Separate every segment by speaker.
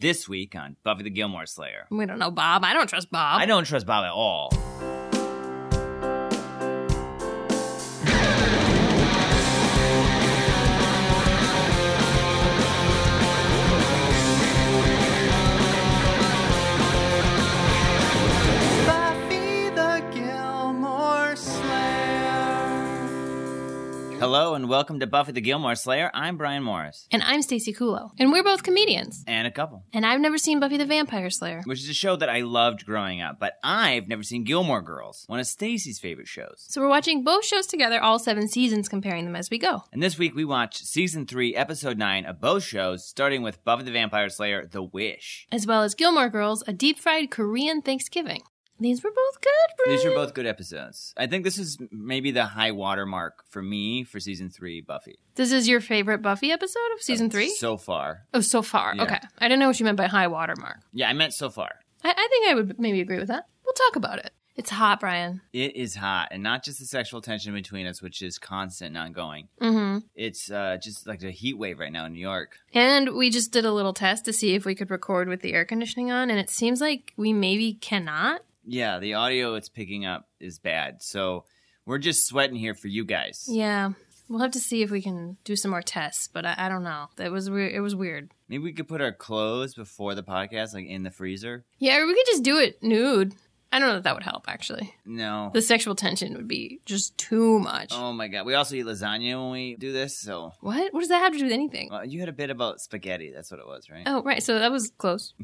Speaker 1: This week on Buffy the Gilmore Slayer.
Speaker 2: We don't know Bob. I don't trust Bob.
Speaker 1: I don't trust Bob at all.
Speaker 3: Buffy the Gilmore Slayer.
Speaker 1: Hello and welcome to Buffy the Gilmore Slayer. I'm Brian Morris
Speaker 2: and I'm Stacey Kulo. And we're both comedians.
Speaker 1: and a couple,
Speaker 2: And I've never seen Buffy the Vampire Slayer.
Speaker 1: which is a show that I loved growing up, but I've never seen Gilmore Girls, one of Stacy's favorite shows.
Speaker 2: So we're watching both shows together, all seven seasons, comparing them as we go.
Speaker 1: And this week we watched season 3, episode 9 of both shows, starting with Buffy the Vampire Slayer, The Wish.
Speaker 2: As well as Gilmore Girls, a deep fried Korean Thanksgiving. These were both good, Brian.
Speaker 1: These are both good episodes. I think this is maybe the high water mark for me for season 3 Buffy.
Speaker 2: This is your favorite Buffy episode of season three?
Speaker 1: Uh, So far.
Speaker 2: oh, so far.
Speaker 1: Yeah.
Speaker 2: Okay. I don't know what you meant by high watermark.
Speaker 1: Yeah, I meant so far.
Speaker 2: I, I think I would maybe agree with that. We'll talk about it. It's hot, Brian.
Speaker 1: It is hot, and not just the sexual tension between us, which is constant and ongoing.
Speaker 2: Mm-hmm.
Speaker 1: It's uh, just like a heat wave right now in New York.
Speaker 2: And we just did a little test to see if we could record with the air conditioning on, and it seems like we maybe cannot.
Speaker 1: Yeah, the audio it's picking up is bad, so we're just sweating here for you guys.
Speaker 2: Yeah, we'll have to see if we can do some more tests, but I, I don't know. That was weird. It was weird.
Speaker 1: Maybe we could put our clothes before the podcast, like in the freezer.
Speaker 2: Yeah, or we could just do it nude. I don't know if that would help. Actually,
Speaker 1: No.
Speaker 2: the sexual tension would be just too much.
Speaker 1: Oh my god, we also eat lasagna when we do this. So
Speaker 2: What? What does that have to do with anything?
Speaker 1: well, you had a bit about spaghetti. That's what it was, right?
Speaker 2: Oh, right. So that was close.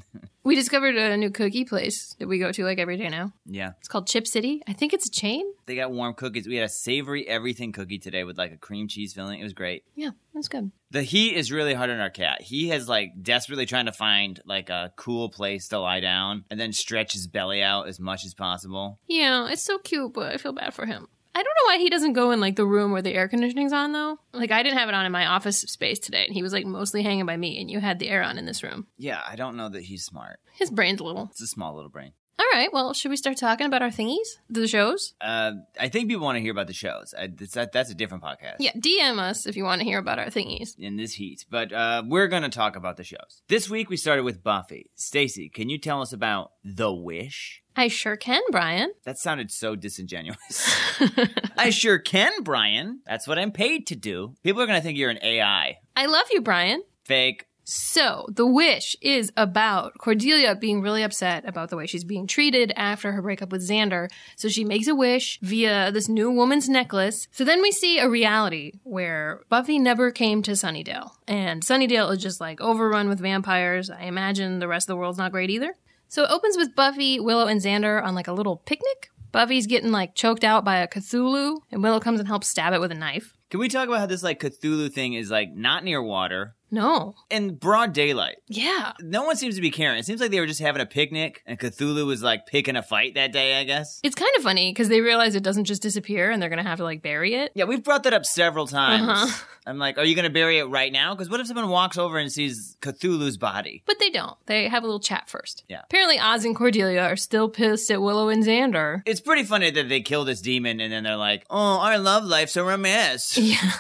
Speaker 2: we discovered a new cookie place that we go to like every day now.
Speaker 1: Yeah,
Speaker 2: It's called Chip City. I think it's a chain.
Speaker 1: they got warm cookies. We had a savory everything cookie today with like a cream cheese filling. It was great.
Speaker 2: Yeah, that's good.
Speaker 1: The heat is really hard on our cat. He has like desperately trying to find like a cool place to lie down and then stretch his belly out as much as possible.
Speaker 2: Yeah, it's so cute, but I feel bad for him. I don't know why he doesn't go in like the room where the air conditioning's on though. Like I didn't have it on in my office space today, and he was like mostly hanging by me, and you had the air on in this room.
Speaker 1: Yeah, I don't know that he's smart.
Speaker 2: His brain's a little.
Speaker 1: It's a small little brain.
Speaker 2: All right, well, should we start talking about our thingies, the shows?
Speaker 1: Uh, I think people want to hear about the shows. I, that's, that, that's a different podcast.
Speaker 2: Yeah, DM us if you want to hear about our thingies.
Speaker 1: In this heat, but uh, we're gonna talk about the shows. This week we started with Buffy. Stacy, can you tell us about The Wish?
Speaker 2: I sure can, Brian.
Speaker 1: That sounded so disingenuous. I sure can, Brian. That's what I'm paid to do. People are gonna think you're an AI.
Speaker 2: I love you, Brian.
Speaker 1: Fake.
Speaker 2: So, The Wish is about Cordelia being really upset about the way she's being treated after her breakup with Xander. So, she makes a wish via this new woman's necklace. So, then we see a reality where Buffy never came to Sunnydale. And Sunnydale is just like overrun with vampires. I imagine the rest of the world's not great either. So, it opens with Buffy, Willow, and Xander on like a little picnic. Buffy's getting like choked out by a Cthulhu, and Willow comes and helps stab it with a knife.
Speaker 1: Can we talk about how this like Cthulhu thing is like not near water
Speaker 2: No.
Speaker 1: in broad daylight?
Speaker 2: Yeah.
Speaker 1: No one seems to be caring. It seems like they were just having a picnic and Cthulhu was like picking a fight that day, I guess.
Speaker 2: It's kind of funny because they realize it doesn't just disappear and they're going to have to like bury it.
Speaker 1: Yeah, we've brought that up several times.
Speaker 2: Uh-huh.
Speaker 1: I'm like, are you going to bury it right now? Because what if someone walks over and sees Cthulhu's body?
Speaker 2: But they don't. They have a little chat first.
Speaker 1: Yeah.
Speaker 2: Apparently, Oz and Cordelia are still pissed at Willow and Xander.
Speaker 1: It's pretty funny that they kill this demon and then they're like, oh, our love life's a mess.
Speaker 2: Yeah.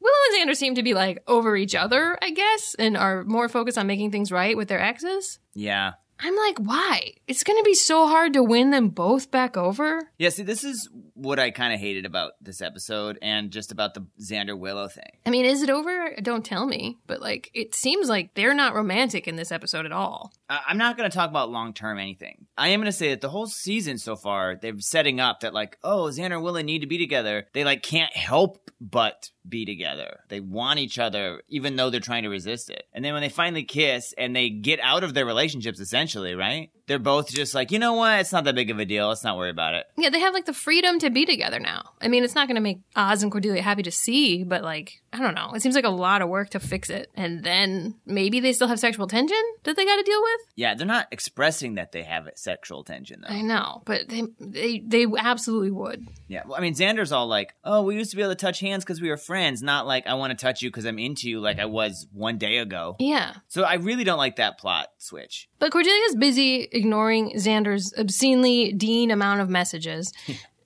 Speaker 2: Willow and Xander seem to be like over each other, I guess, and are more focused on making things right with their exes.
Speaker 1: yeah.
Speaker 2: I'm like, why? It's going to be so hard to win them both back over.
Speaker 1: Yeah, see, this is what I kind of hated about this episode and just about the Xander Willow thing.
Speaker 2: I mean, is it over? Don't tell me. But like, it seems like they're not romantic in this episode at all.
Speaker 1: I- I'm not going to talk about long term anything. I am going to say that the whole season so far, they're setting up that, like, oh, Xander and Willa need to be together. They, like, can't help but be together. They want each other, even though they're trying to resist it. And then when they finally kiss and they get out of their relationships, essentially, right? They're both just like, you know what? It's not that big of a deal. Let's not worry about it.
Speaker 2: Yeah, they have like the freedom to be together now. I mean, it's not going to make Oz and Cordelia happy to see, but like, I don't know. It seems like a lot of work to fix it. And then maybe they still have sexual tension that they got to deal with.
Speaker 1: Yeah, they're not expressing that they have sexual tension, though.
Speaker 2: I know, but they they they absolutely would.
Speaker 1: Yeah, well, I mean, Xander's all like, "Oh, we used to be able to touch hands because we were friends, not like I want to touch you because I'm into you, like I was one day ago."
Speaker 2: Yeah.
Speaker 1: So I really don't like that plot switch.
Speaker 2: But Cordelia's busy ignoring Xander's obscenely dean amount of messages.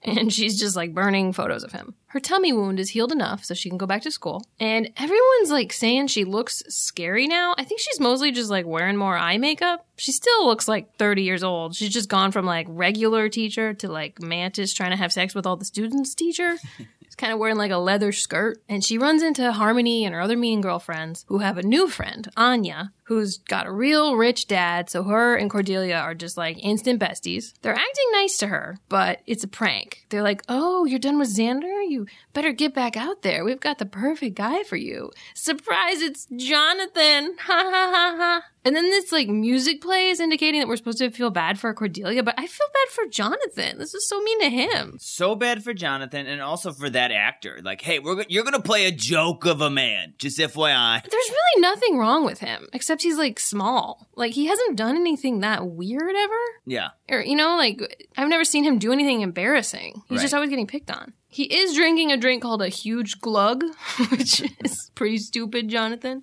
Speaker 2: and she's just like burning photos of him. Her tummy wound is healed enough so she can go back to school. And everyone's like saying she looks scary now. I think she's mostly just like wearing more eye makeup. She still looks like 30 years old. She's just gone from like regular teacher to like mantis trying to have sex with all the students teacher. She's kind of wearing like a leather skirt. And she runs into Harmony and her other mean girlfriends who have a new friend, Anya, who's got a real rich dad. So her and Cordelia are just like instant besties. They're acting nice to her, but it's a prank. They're like, oh, you're done with Xander? You better get back out there. We've got the perfect guy for you. Surprise, it's Jonathan. Ha ha ha ha. And then this like music plays indicating that we're supposed to feel bad for Cordelia, but I feel bad for Jonathan. This is so mean to him.
Speaker 1: So bad for Jonathan and also for that actor. Like, hey, we're go- you're going to play a joke of a man. Just FYI.
Speaker 2: There's really nothing wrong with him, except he's like small. Like he hasn't done anything that weird ever.
Speaker 1: Yeah.
Speaker 2: or you know like i've never seen him do anything embarrassing he's just
Speaker 1: Right.
Speaker 2: always getting picked on he is drinking a drink called a huge glug which is pretty stupid jonathan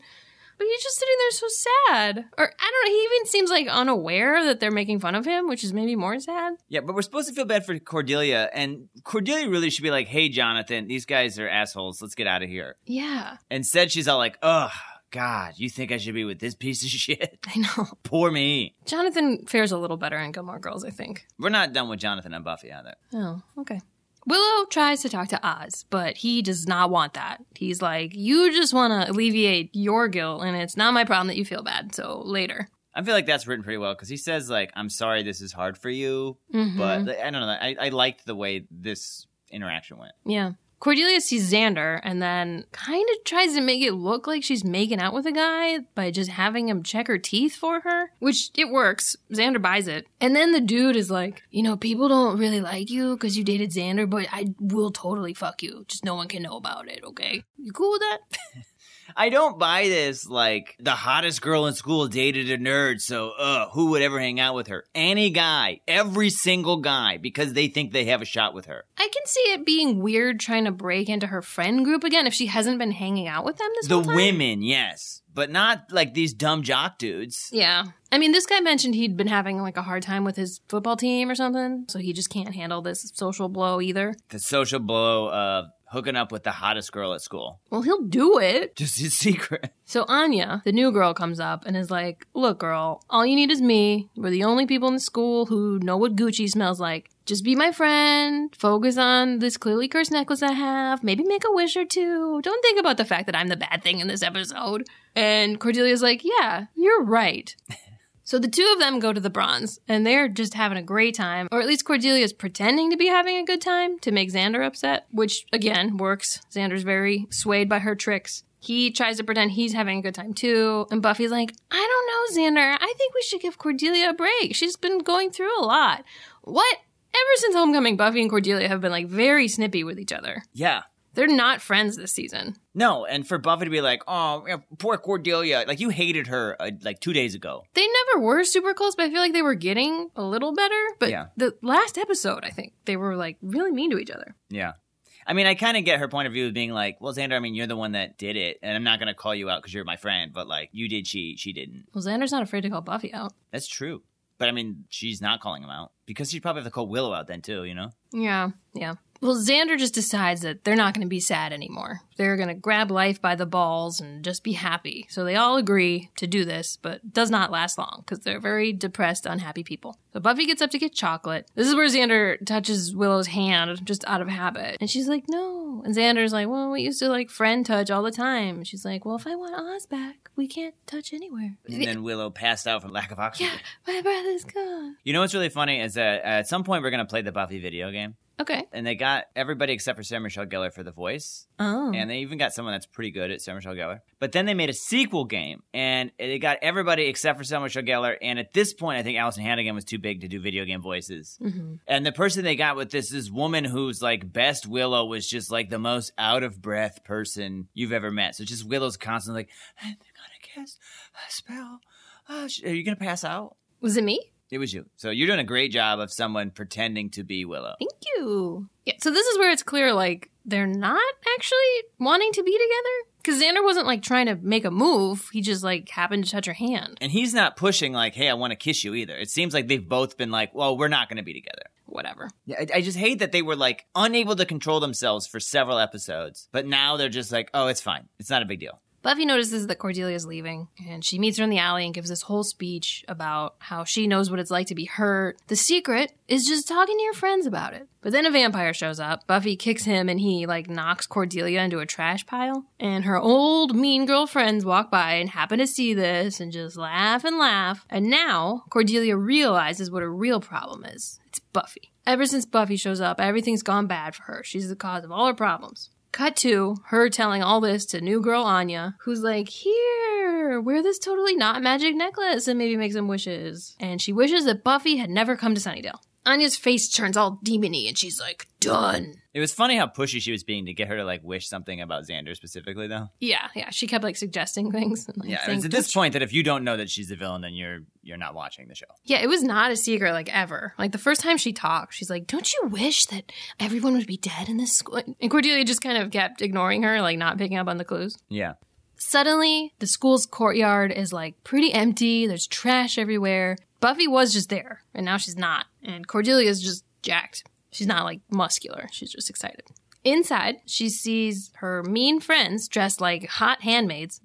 Speaker 2: but he's just sitting there so sad or i don't know he even seems like unaware that they're making fun of him which is maybe more sad
Speaker 1: Yeah, but we're supposed to feel bad for Cordelia, and Cordelia really should be like, hey, Jonathan, these guys are assholes. Let's get out of here.
Speaker 2: yeah
Speaker 1: Instead, she's all like, ugh, God, you think I should be with this piece of shit?
Speaker 2: i know
Speaker 1: Poor me.
Speaker 2: jonathan fares a little better in gilmore girls i think
Speaker 1: We're not done with Jonathan and Buffy either.
Speaker 2: Oh, okay. Willow tries to talk to Oz, but he does not want that. He's like, You just want to alleviate your guilt, and it's not my problem that you feel bad, so later.
Speaker 1: I feel like that's written pretty well because he says, like, I'm sorry this is hard for you,
Speaker 2: Mhm.
Speaker 1: but like, I don't know. I, I liked the way this interaction went.
Speaker 2: yeah. Cordelia sees Xander and then kind of tries to make it look like she's making out with a guy by just having him check her teeth for her, which it works. Xander buys it. And then the dude is like, You know, people don't really like you because you dated Xander, but I will totally fuck you. Just no one can know about it, okay? You cool with that?
Speaker 1: I don't buy this, like, the hottest girl in school dated a nerd, so, uh, who would ever hang out with her? Any guy, every single guy, because they think they have a shot with her.
Speaker 2: I can see it being weird trying to break into her friend group again if she hasn't been hanging out with them this
Speaker 1: the
Speaker 2: whole time.
Speaker 1: women, yes, but not like these dumb jock dudes.
Speaker 2: Yeah. I mean, this guy mentioned he'd been having like a hard time with his football team or something, so he just can't handle this social blow either.
Speaker 1: The social blow of hooking up with the hottest girl at school.
Speaker 2: Well, he'll do it.
Speaker 1: Just his secret.
Speaker 2: So Anya, the new girl, comes up and is like, Look, girl, all you need is me. We're the only people in the school who know what Gucci smells like. Just be my friend. Focus on this clearly cursed necklace I have. Maybe make a wish or two. Don't think about the fact that I'm the bad thing in this episode. And Cordelia's like, Yeah, you're right. So the two of them go to the bronze, and they're just having a great time, or at least Cordelia's pretending to be having a good time to make Xander upset, which again works. Xander's very swayed by her tricks. He tries to pretend he's having a good time too, and Buffy's like, I don't know, Xander. I think we should give Cordelia a break. She's been going through a lot. What? Ever since Homecoming, Buffy and Cordelia have been like very snippy with each other.
Speaker 1: Yeah.
Speaker 2: They're not friends this season.
Speaker 1: No, and for Buffy to be like, oh, yeah, poor Cordelia, like you hated her uh, like two days ago.
Speaker 2: They never were super close, but I feel like they were getting a little better. But
Speaker 1: Yeah.
Speaker 2: the last episode, I think they were like really mean to each other.
Speaker 1: Yeah. I mean, I kind of get her point of view of being like, well, Xander, I mean, you're the one that did it, and I'm not going to call you out because you're my friend, but like, you did, she, she didn't.
Speaker 2: Well, Xander's not afraid to call Buffy out.
Speaker 1: That's true. But I mean, she's not calling him out because she'd probably have to call Willow out then too, you know?
Speaker 2: Yeah, yeah. Well, Xander just decides that they're not going to be sad anymore. They're going to grab life by the balls and just be happy. So they all agree to do this, but it does not last long because they're very depressed, unhappy people. So Buffy gets up to get chocolate. This is where Xander touches Willow's hand just out of habit. And she's like, no. And Xander's like, well, we used to like friend touch all the time. And She's like, well, if I want Oz back, we can't touch anywhere.
Speaker 1: And then Willow passed out from lack of oxygen.
Speaker 2: yeah, my brother's gone.
Speaker 1: You know what's really funny is that at some point we're going to play the Buffy video game.
Speaker 2: Okay.
Speaker 1: And they got everybody except for Sarah Michelle Gellar for the voice.
Speaker 2: Oh.
Speaker 1: And they even got someone that's pretty good at Sarah Michelle Gellar. But then they made a sequel game and they got everybody except for Sarah Michelle Gellar. And at this point, I think Allison Hannigan was too big to do video game voices.
Speaker 2: hmm
Speaker 1: And the person they got with this, this woman who's like best Willow was just like the most out of breath person you've ever met. So just Willow's constantly like, and they're gonna cast a spell. Oh, sh- are you gonna pass out?
Speaker 2: Was it me?
Speaker 1: It was you. So you're doing a great job of someone pretending to be Willow.
Speaker 2: Thank you. Yeah, so this is where it's clear like they're not actually wanting to be together. Because Xander wasn't like trying to make a move, he just like happened to touch her hand.
Speaker 1: And he's not pushing like, hey, I want to kiss you either. It seems like they've both been like, well, we're not gonna be together.
Speaker 2: whatever.
Speaker 1: Yeah, I, I just hate that they were like unable to control themselves for several episodes, but now they're just like, oh, it's fine. It's not a big deal.
Speaker 2: Buffy notices that Cordelia's leaving, and she meets her in the alley and gives this whole speech about how she knows what it's like to be hurt. The secret is just talking to your friends about it. But then a vampire shows up. Buffy kicks him, and he, like, knocks Cordelia into a trash pile. And her old mean girl friends walk by and happen to see this and just laugh and laugh. And now Cordelia realizes what her real problem is it's Buffy. Ever since Buffy shows up, everything's gone bad for her. She's the cause of all her problems. Cut to her telling all this to new girl Anya, who's like, Here, wear this totally not magic necklace and maybe make some wishes. And she wishes that Buffy had never come to Sunnydale. Anya's face turns all demony and she's like, Done.
Speaker 1: It was funny how pushy she was being to get her to like wish something about Xander specifically, though.
Speaker 2: Yeah, yeah. She kept like suggesting things. And, like,
Speaker 1: Yeah,
Speaker 2: saying,
Speaker 1: it's at this point that if you don't know that she's the villain, then you're you're not watching the show.
Speaker 2: Yeah, it was not a secret, like ever. Like the first time she talked, she's like, Don't you wish that everyone would be dead in this school? And Cordelia just kind of kept ignoring her, like not picking up on the clues.
Speaker 1: Yeah,
Speaker 2: Suddenly, the school's courtyard is like pretty empty. There's trash everywhere. Buffy was just there, and now she's not. And Cordelia's just jacked. She's not like muscular, she's just excited. Inside, she sees her mean friends dressed like hot handmaids.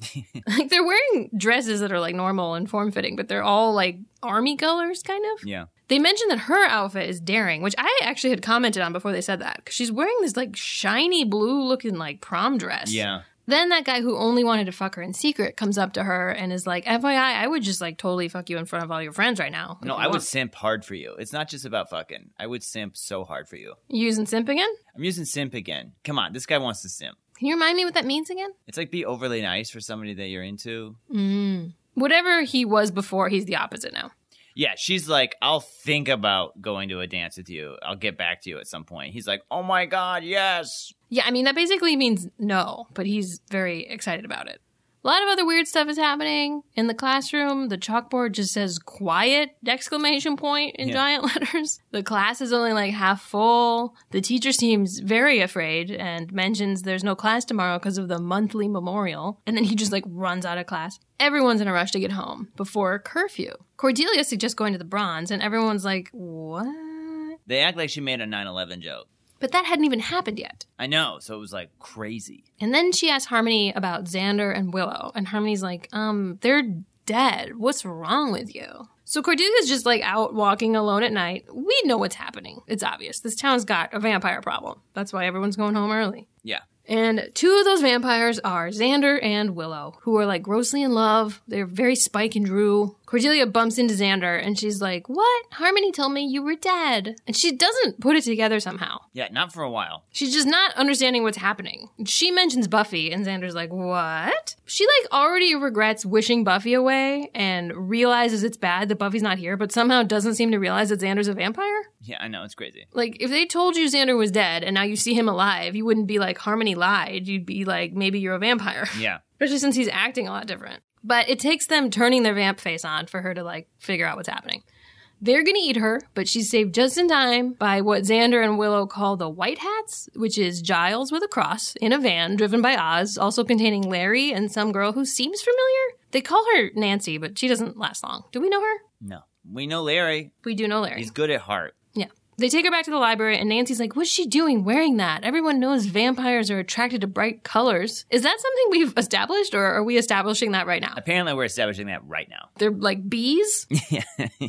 Speaker 2: like they're wearing dresses that are like normal and form fitting, but they're all like army colors, kind of.
Speaker 1: yeah.
Speaker 2: They mentioned that her outfit is daring, which I actually had commented on before they said that, because she's wearing this like shiny blue looking like prom dress.
Speaker 1: Yeah.
Speaker 2: Then that guy who only wanted to fuck her in secret comes up to her and is like, FYI, I would just like totally fuck you in front of all your friends right now. if
Speaker 1: No,
Speaker 2: you
Speaker 1: I would
Speaker 2: want."
Speaker 1: simp hard for you. It's not just about fucking. I would simp so hard for you.
Speaker 2: You using simp again?
Speaker 1: I'm using simp again. Come on, this guy wants to simp.
Speaker 2: Can you remind me what that means again?
Speaker 1: It's like be overly nice for somebody that you're into.
Speaker 2: Whatever he was before, he's the opposite now.
Speaker 1: Yeah, she's like, I'll think about going to a dance with you. I'll get back to you at some point. He's like, Oh my god, yes.
Speaker 2: Yeah, I mean, that basically means no, but he's very excited about it. A lot of other weird stuff is happening. In the classroom, the chalkboard just says quiet exclamation point in
Speaker 1: Yeah.
Speaker 2: giant letters. The class is only like half full. The teacher seems very afraid and mentions there's no class tomorrow because of the monthly memorial. And then he just like runs out of class. Everyone's in a rush to get home before curfew. Cordelia suggests going to the bronze, and everyone's like, what?
Speaker 1: They act like she made a 9 11 joke.
Speaker 2: But that hadn't even happened yet.
Speaker 1: I know. So it was like crazy.
Speaker 2: And then she asks Harmony about Xander and Willow, and Harmony's like, um, they're dead. What's wrong with you? So Cordelia's just like out walking alone at night. We know what's happening. It's obvious. This town's got a vampire problem. That's why everyone's going home early.
Speaker 1: Yeah.
Speaker 2: And two of those vampires are Xander and Willow, who are like grossly in love. They're very Spike and Drew. Cordelia bumps into Xander and she's like, What? Harmony told me you were dead. And she doesn't put it together somehow.
Speaker 1: Yeah, not for a while.
Speaker 2: She's just not understanding what's happening. She mentions Buffy, and Xander's like, What? She, like, already regrets wishing Buffy away and realizes it's bad that Buffy's not here, but somehow doesn't seem to realize that Xander's a vampire.
Speaker 1: Yeah, I know. It's crazy.
Speaker 2: Like, if they told you Xander was dead and now you see him alive, you wouldn't be like, Harmony lied. You'd be like, Maybe you're a vampire,
Speaker 1: Yeah.
Speaker 2: especially since he's acting a lot different. But it takes them turning their vamp face on for her to, like, figure out what's happening. They're going to eat her, but she's saved just in time by what Xander and Willow call the White Hats, which is Giles with a cross in a van driven by Oz, also containing Larry and some girl who seems familiar. They call her Nancy, but she doesn't last long. Do we know her?
Speaker 1: No. We know Larry.
Speaker 2: We do know Larry.
Speaker 1: He's good at heart.
Speaker 2: yeah. They take her back to the library, and Nancy's like, What's she doing wearing that? Everyone knows vampires are attracted to bright colors. Is that something we've established, or are we establishing that right now?
Speaker 1: Apparently, we're establishing that right now.
Speaker 2: They're like bees?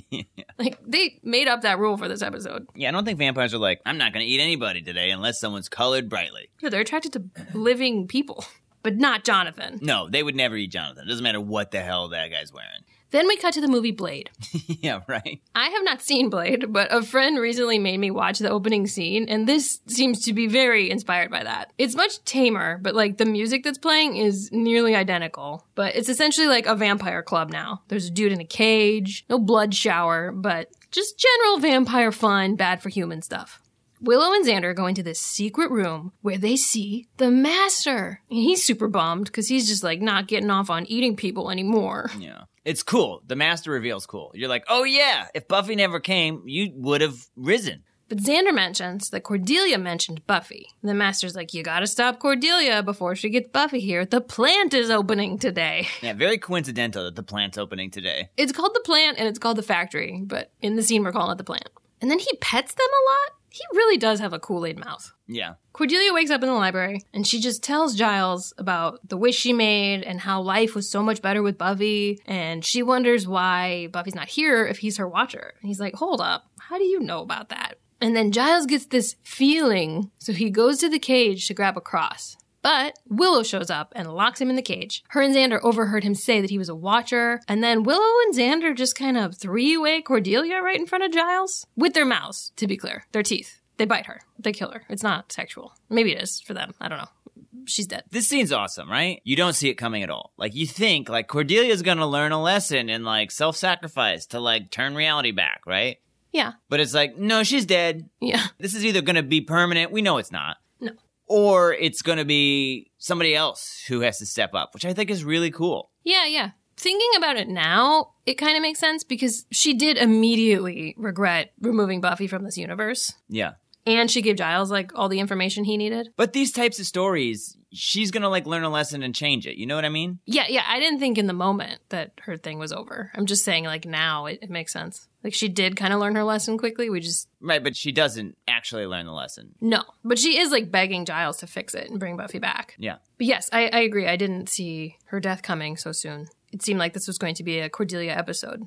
Speaker 1: yeah.
Speaker 2: like, they made up that rule for this episode.
Speaker 1: Yeah, I don't think vampires are like, I'm not going to eat anybody today unless someone's colored brightly.
Speaker 2: Yeah, they're attracted to living people, but not Jonathan.
Speaker 1: No, they would never eat Jonathan. doesn't matter what the hell that guy's wearing.
Speaker 2: Then we cut to the movie Blade.
Speaker 1: yeah, right?
Speaker 2: I have not seen Blade, but a friend recently made me watch the opening scene, and this seems to be very inspired by that. It's much tamer, but like the music that's playing is nearly identical. But it's essentially like a vampire club now. There's a dude in a cage, no blood shower, but just general vampire fun, bad for human stuff. Willow and Xander go into this secret room where they see the master. And he's super bummed because he's just like not getting off on eating people anymore.
Speaker 1: Yeah. It's cool. The master reveal's cool. You're like, oh yeah, if Buffy never came, you would have risen.
Speaker 2: But Xander mentions that Cordelia mentioned Buffy. The master's like, You gotta stop Cordelia before she gets Buffy here. The plant is opening today.
Speaker 1: Yeah, very coincidental that the plant's opening today.
Speaker 2: It's called the plant and it's called the factory, but in the scene, we're calling it the plant. And And then he pets them a lot. He really does have a Kool Aid mouth.
Speaker 1: Yeah.
Speaker 2: Cordelia wakes up in the library and she just tells Giles about the wish she made and how life was so much better with Buffy. And she wonders why Buffy's not here if he's her watcher. And he's like, hold up, how do you know about that? And then Giles gets this feeling, so he goes to the cage to grab a cross. But Willow shows up and locks him in the cage. Her and Xander overheard him say that he was a watcher, and then Willow and Xander just kind of three way Cordelia right in front of Giles with their mouths, to be clear, their teeth. They bite her, they kill her. It's not sexual. Maybe it is for them. I don't know. She's dead.
Speaker 1: This scene's awesome, right? You don't see it coming at all. Like you think like Cordelia's going to learn a lesson in like self-sacrifice to like turn reality back, right?
Speaker 2: Yeah.
Speaker 1: But it's like, no, she's dead.
Speaker 2: Yeah.
Speaker 1: This is either going to be permanent. We know it's not.
Speaker 2: No.
Speaker 1: Or it's going to be somebody else who has to step up, which I think is really cool.
Speaker 2: Yeah, yeah. Thinking about it now, it kind of makes sense because she did immediately regret removing Buffy from this universe.
Speaker 1: Yeah.
Speaker 2: And she gave Giles like all the information he needed.
Speaker 1: But these types of stories, she's going to like learn a lesson and change it. You know what I mean?
Speaker 2: Yeah, yeah. I didn't think in the moment that her thing was over. I'm just saying like now it, it makes sense. Like she did kind of learn her lesson quickly. We just
Speaker 1: Right, but she doesn't actually learn the lesson.
Speaker 2: no, but she is like begging Giles to fix it and bring Buffy back.
Speaker 1: Yeah.
Speaker 2: But yes, I, I agree. I didn't see her death coming so soon. It seemed like this was going to be a Cordelia episode.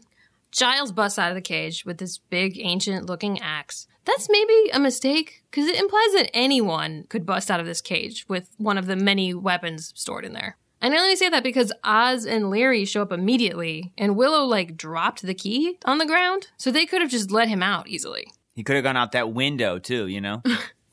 Speaker 2: Giles busts out of the cage with this big, ancient looking axe. That's maybe a mistake, because it implies that anyone could bust out of this cage with one of the many weapons stored in there. And I only say that because Oz and Leary show up immediately, and Willow, like, dropped the key on the ground, so they could have just let him out easily.
Speaker 1: He could have gone out that window too, you know?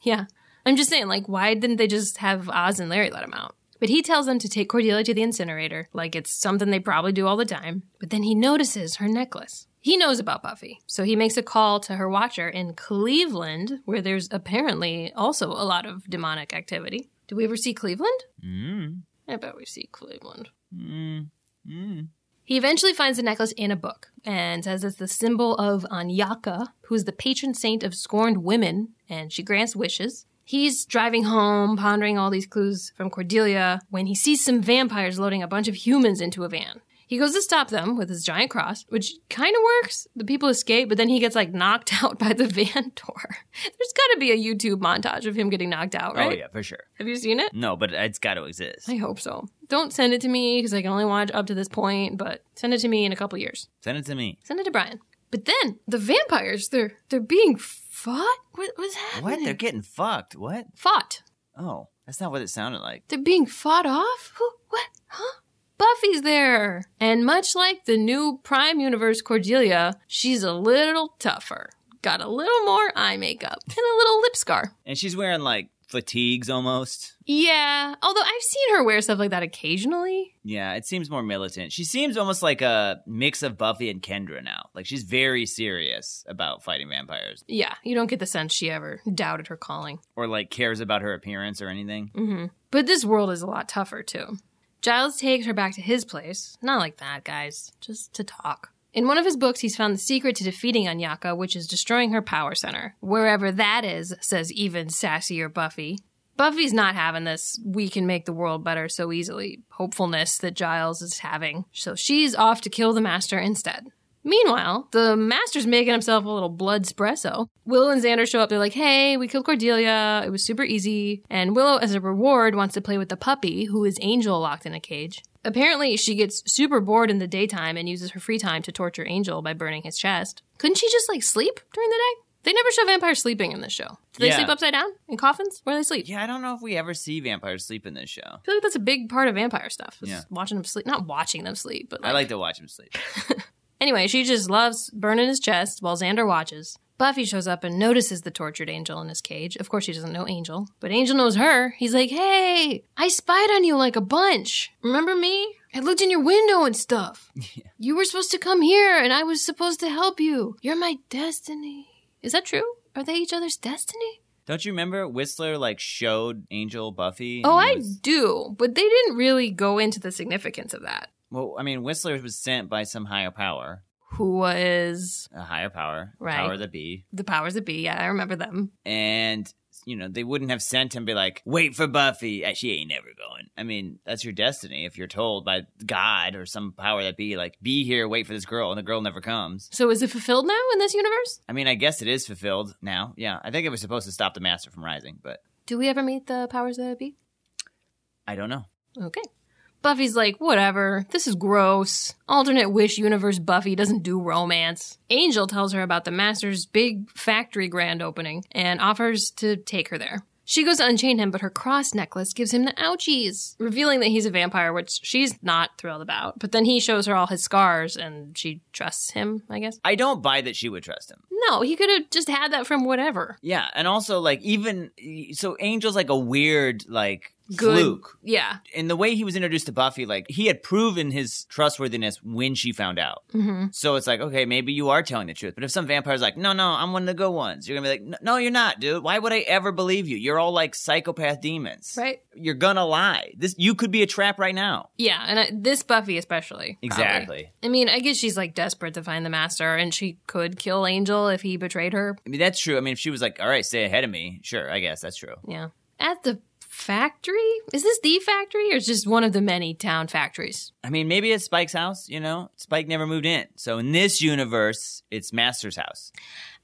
Speaker 2: Yeah. I'm just saying, like, why didn't they just have Oz and Larry let him out? But he tells them to take Cordelia to the incinerator, like it's something they probably do all the time. But then he notices her necklace. He knows about Buffy, so he makes a call to her watcher in Cleveland, where there's apparently also a lot of demonic activity. Do we ever see Cleveland?
Speaker 1: mm,
Speaker 2: I bet we see Cleveland.
Speaker 1: mm, mm.
Speaker 2: He eventually finds the necklace in a book and says it's the symbol of Anyaka, who is the patron saint of scorned women, and she grants wishes. He's driving home, pondering all these clues from Cordelia, when he sees some vampires loading a bunch of humans into a van. He goes to stop them with his giant cross, which kind of works. The people escape, but then he gets like knocked out by the van door. There's got to be a YouTube montage of him getting knocked out, right?
Speaker 1: Oh, yeah, for sure.
Speaker 2: Have you seen it?
Speaker 1: No, but it's got to exist.
Speaker 2: I hope so. Don't send it to me because I can only watch up to this point, but send it to me in a couple years.
Speaker 1: Send it to me.
Speaker 2: Send it to Brian. But then the vampires, they're they're being fought? What was happening?
Speaker 1: What? They're getting fucked. What?
Speaker 2: fought.
Speaker 1: Oh, that's not what it sounded like.
Speaker 2: They're being fought off? Who what? Huh? Buffy's there. And much like the new Prime Universe Cordelia, she's a little tougher. Got a little more eye makeup and a little lip scar.
Speaker 1: And she's wearing like fatigues almost.
Speaker 2: Yeah, although I've seen her wear stuff like that occasionally.
Speaker 1: Yeah, it seems more militant. She seems almost like a mix of Buffy and Kendra now. Like she's very serious about fighting vampires
Speaker 2: Yeah, you don't get the sense she ever doubted her calling.
Speaker 1: or like cares about her appearance or anything.
Speaker 2: hmm But this world is a lot tougher, too. Giles takes her back to his place. Not like that, guys, just to talk. In one of his books, he's found the secret to defeating Anyaka, which is destroying her power center. Wherever that is, says even sassier Buffy. Buffy's not having this we can make the world better so easily hopefulness that Giles is having, so she's off to kill the master instead. Meanwhile, the master's making himself a little blood espresso. Willow and Xander show up. They're like, hey, we killed Cordelia. It was super easy. And Willow, as a reward, wants to play with the puppy, who is Angel locked in a cage. Apparently, she gets super bored in the daytime and uses her free time to torture Angel by burning his chest. Couldn't she just, like, sleep during the day? They never show vampires sleeping in this show. Do they
Speaker 1: Yeah.
Speaker 2: sleep upside down? In coffins? Where do they sleep?
Speaker 1: Yeah, I don't know if we ever see vampires sleep in this show.
Speaker 2: I feel like that's a big part of vampire stuff. is
Speaker 1: Yeah.
Speaker 2: Watching them sleep. Not watching them sleep, but
Speaker 1: I like to watch them sleep.
Speaker 2: Anyway, she just loves burning his chest while Xander watches. Buffy shows up and notices the tortured Angel in his cage. Of course, she doesn't know Angel, but Angel knows her. He's like, Hey, I spied on you like a bunch. Remember me? I looked in your window and stuff. You were supposed to come here and I was supposed to help you. You're my destiny. Is that true? Are they each other's destiny?
Speaker 1: Don't you remember Whistler like showed Angel Buffy? and
Speaker 2: Oh,
Speaker 1: he
Speaker 2: I
Speaker 1: was-
Speaker 2: do, but they didn't really go into the significance of that.
Speaker 1: Well, I mean, Whistler was sent by some higher power,
Speaker 2: Who was
Speaker 1: a higher power,
Speaker 2: Right.
Speaker 1: power of the bee,
Speaker 2: the powers that be? Yeah, I remember them.
Speaker 1: and you know, they wouldn't have sent him be like, wait for Buffy. Uh, She ain't never going. I mean, that's your destiny if you're told by God or some power that be, like, be here, wait for this girl, and the girl never comes.
Speaker 2: So is it fulfilled now in this universe?
Speaker 1: I mean, I guess it is fulfilled now. Yeah, I think it was supposed to stop the master from rising, but
Speaker 2: Do we ever meet the powers that be?
Speaker 1: I don't know.
Speaker 2: Okay. Buffy's like, whatever, this is gross. Alternate Wish Universe Buffy doesn't do romance. Angel tells her about the Master's big factory grand opening and offers to take her there. She goes to unchain him, but her cross necklace gives him the ouchies, revealing that he's a vampire, which she's not thrilled about. But then he shows her all his scars and she trusts him, I guess.
Speaker 1: I don't buy that she would trust him.
Speaker 2: No, he could have just had that from whatever.
Speaker 1: Yeah, and also, like, even so, Angel's like a weird, like,
Speaker 2: Good.
Speaker 1: fluke.
Speaker 2: Yeah.
Speaker 1: In the way he was introduced to Buffy, like, he had proven his trustworthiness when she found out.
Speaker 2: hmm
Speaker 1: So it's like, okay, maybe you are telling the truth. But if some vampire's like, no, no, I'm one of the good ones, you're gonna be like, "N- no, you're not, dude. Why would I ever believe you? You're all like psychopath demons.
Speaker 2: Right?
Speaker 1: You're gonna lie. This you could be a trap right now.
Speaker 2: Yeah. And I, this Buffy, especially. probably.
Speaker 1: Exactly.
Speaker 2: I mean, I guess she's like desperate to find the master, and she could kill Angel if he betrayed her.
Speaker 1: I mean, that's true. I mean, if she was like, all right, stay ahead of me, sure, I guess that's true.
Speaker 2: Yeah. At the factory? Is this the factory or is just one of the many town factories?
Speaker 1: I mean, maybe it's Spike's house, you know? Spike never moved in. So in this universe, it's Master's house.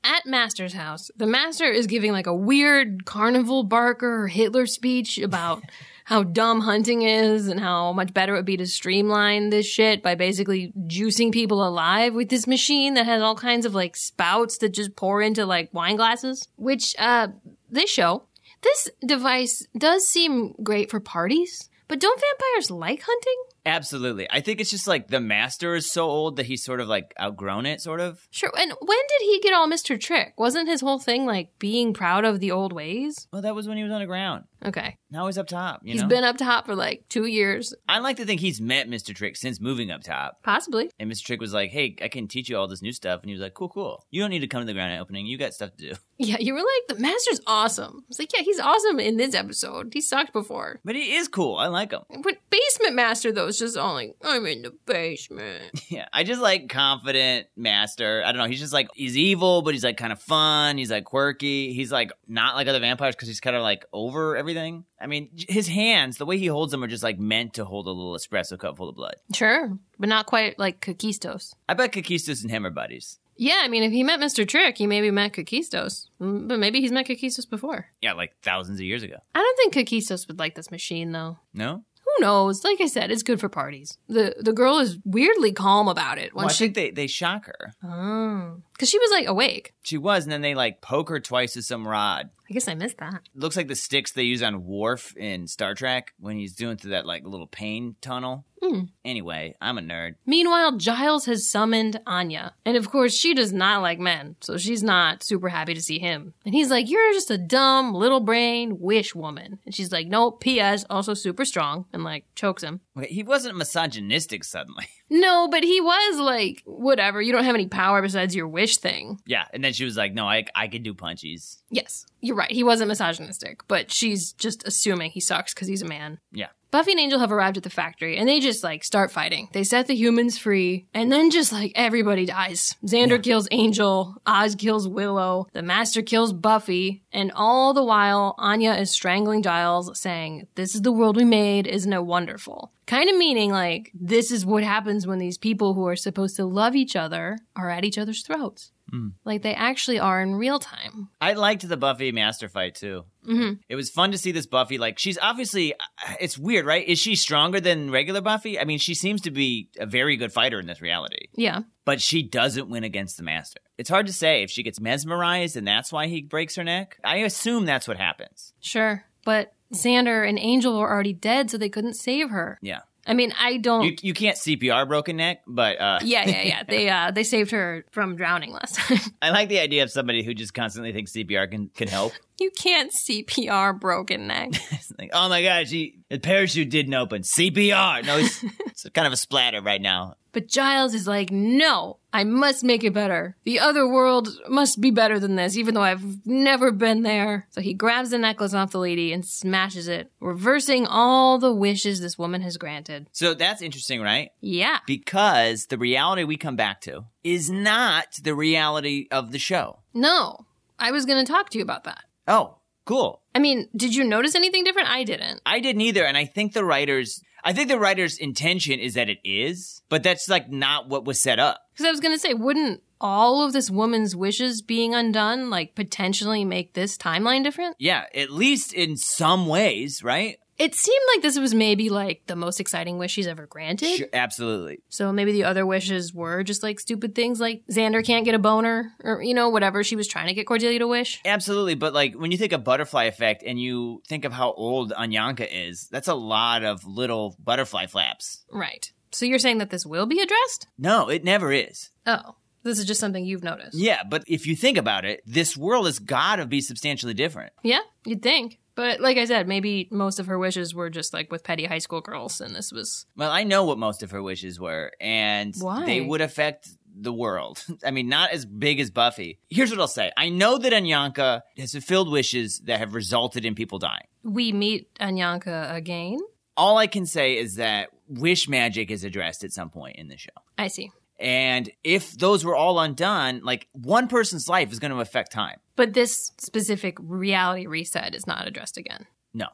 Speaker 2: At Master's house, the master is giving like a weird carnival barker or Hitler speech about how dumb hunting is and how much better it would be to streamline this shit by basically juicing people alive with this machine that has all kinds of like spouts that just pour into like wine glasses, which uh they show This device does seem great for parties, but don't vampires like hunting?
Speaker 1: Absolutely. I think it's just like the master is so old that he's sort of like outgrown it, sort of.
Speaker 2: Sure. And when did he get all Mr. Trick? Wasn't his whole thing like being proud of the old ways?
Speaker 1: Well, that was when he was on the ground.
Speaker 2: Okay.
Speaker 1: Now he's up top, you
Speaker 2: he's
Speaker 1: know?
Speaker 2: been up top for like two years,
Speaker 1: I like to think he's met Mr. Trick since moving up top.
Speaker 2: possibly.
Speaker 1: And Mr. Trick was like, hey, I can teach you all this new stuff. And he was like, cool, cool. You don't need to come to the ground opening. You got stuff to do.
Speaker 2: Yeah, you were like, the master's awesome. It's like, yeah, he's awesome in this episode. He sucked before.
Speaker 1: But he is cool. I like him.
Speaker 2: But basement master though is just all like, I'm in the basement.
Speaker 1: Yeah. I just like confident master. I don't know. He's just like, he's evil, but he's like kind of fun. He's like quirky. He's like not like other vampires because he's kind of like over everything. I mean, j- his hands, the way he holds them are just like meant to hold a little espresso cup full of blood.
Speaker 2: sure, but not quite like Kakistos.
Speaker 1: I bet Kakistus and him are buddies.
Speaker 2: Yeah, I mean, if he met Mr. Trick, he maybe met Kakistos. Mm, But maybe he's met Kakistos before.
Speaker 1: Yeah, like thousands of years ago.
Speaker 2: I don't think Kakistos would like this machine though.
Speaker 1: No?
Speaker 2: who knows? Like I said, it's good for parties. The the girl is weirdly calm about it
Speaker 1: Well, I
Speaker 2: once she
Speaker 1: think they, they shock her.
Speaker 2: Oh. cuz she was like awake.
Speaker 1: She was, and then they like poke her twice with some rod.
Speaker 2: I guess I missed that.
Speaker 1: looks like the sticks they use on Worf in Star Trek when he's doing through that like little pain tunnel.
Speaker 2: Hmm.
Speaker 1: Anyway, I'm a nerd.
Speaker 2: Meanwhile, Giles has summoned Anya. And of course, she does not like men, so she's not super happy to see him. And he's like, You're just a dumb, little brain wish woman. And she's like, Nope, P.S. also super strong, and like chokes him.
Speaker 1: Wait, He wasn't misogynistic suddenly.
Speaker 2: No, but he was like, Whatever, you don't have any power besides your wish thing.
Speaker 1: yeah, and then she was like, "No, I I can do punchies."
Speaker 2: Yes, you're right. He wasn't misogynistic, but she's just assuming he sucks because he's a man.
Speaker 1: Yeah.
Speaker 2: Buffy and Angel have arrived at the factory and they just like start fighting. They set the humans free and then just like everybody dies. Xander kills Angel, Oz kills Willow, the Master kills Buffy, and all the while Anya is strangling Giles saying, This is the world we made, isn't it wonderful? Kind of meaning like this is what happens when these people who are supposed to love each other are at each other's throats.
Speaker 1: Mm.
Speaker 2: Like they actually are in real time.
Speaker 1: I liked the Buffy Master fight too.
Speaker 2: Mhm.
Speaker 1: It was fun to see this Buffy. Like she's obviously, uh, it's weird, right? Is she stronger than regular Buffy? I mean, she seems to be a very good fighter in this reality.
Speaker 2: Yeah.
Speaker 1: but she doesn't win against the master. It's hard to say if she gets mesmerized and that's why he breaks her neck. I assume that's what happens.
Speaker 2: Sure. But Xander and Angel were already dead, so they couldn't save her.
Speaker 1: Yeah.
Speaker 2: I mean, I don't.
Speaker 1: You, you can't CPR broken neck, but uh,
Speaker 2: yeah, yeah, yeah. They uh, they saved her from drowning last time.
Speaker 1: I like the idea of somebody who just constantly thinks CPR can, can help.
Speaker 2: you can't CPR broken neck.
Speaker 1: It's like, oh my God, she, the parachute didn't open. CPR. No, it's, it's kind of a splatter right now.
Speaker 2: But Giles is like, no, I must make it better. The other world must be better than this, even though I've never been there. So he grabs the necklace off the lady and smashes it, reversing all the wishes this woman has granted.
Speaker 1: So that's interesting, right?
Speaker 2: Yeah.
Speaker 1: Because the reality we come back to is not the reality of the show.
Speaker 2: No, I was going to talk to you about that.
Speaker 1: Oh, cool.
Speaker 2: I mean, did you notice anything different? I didn't.
Speaker 1: I didn't either, and I think the writers, I think the writers' intention is that it is, but that's like not what was set up.
Speaker 2: Because I was going to say, wouldn't all of this woman's wishes being undone, like, potentially make this timeline different?
Speaker 1: Yeah, at least in some ways, right?
Speaker 2: It seemed like this was maybe, like, the most exciting wish she's ever granted.
Speaker 1: Sure, absolutely.
Speaker 2: So maybe the other wishes were just, like, stupid things like Xander can't get a boner or, you know, whatever she was trying to get Cordelia to wish.
Speaker 1: Absolutely, but like when you think of butterfly effect and you think of how old Anyanka is, that's a lot of little butterfly flaps.
Speaker 2: Right. So you're saying that this will be addressed?
Speaker 1: No, it never is.
Speaker 2: Oh, this is just something you've noticed.
Speaker 1: Yeah, but if you think about it, this world has got to be substantially different.
Speaker 2: Yeah, you'd think. But like I said, maybe most of her wishes were just like with petty high school girls, and this was
Speaker 1: Well, I know what most of her wishes were, and
Speaker 2: Why?
Speaker 1: they would affect the world. I mean, not as big as Buffy. Here's what I'll say I know that Anyanka has fulfilled wishes that have resulted in people dying.
Speaker 2: we meet Anyanka again.
Speaker 1: All I can say is that wish magic is addressed at some point in the show.
Speaker 2: I see.
Speaker 1: And if those were all undone, like one person's life is going to affect time.
Speaker 2: But this specific reality reset is not addressed again.
Speaker 1: No.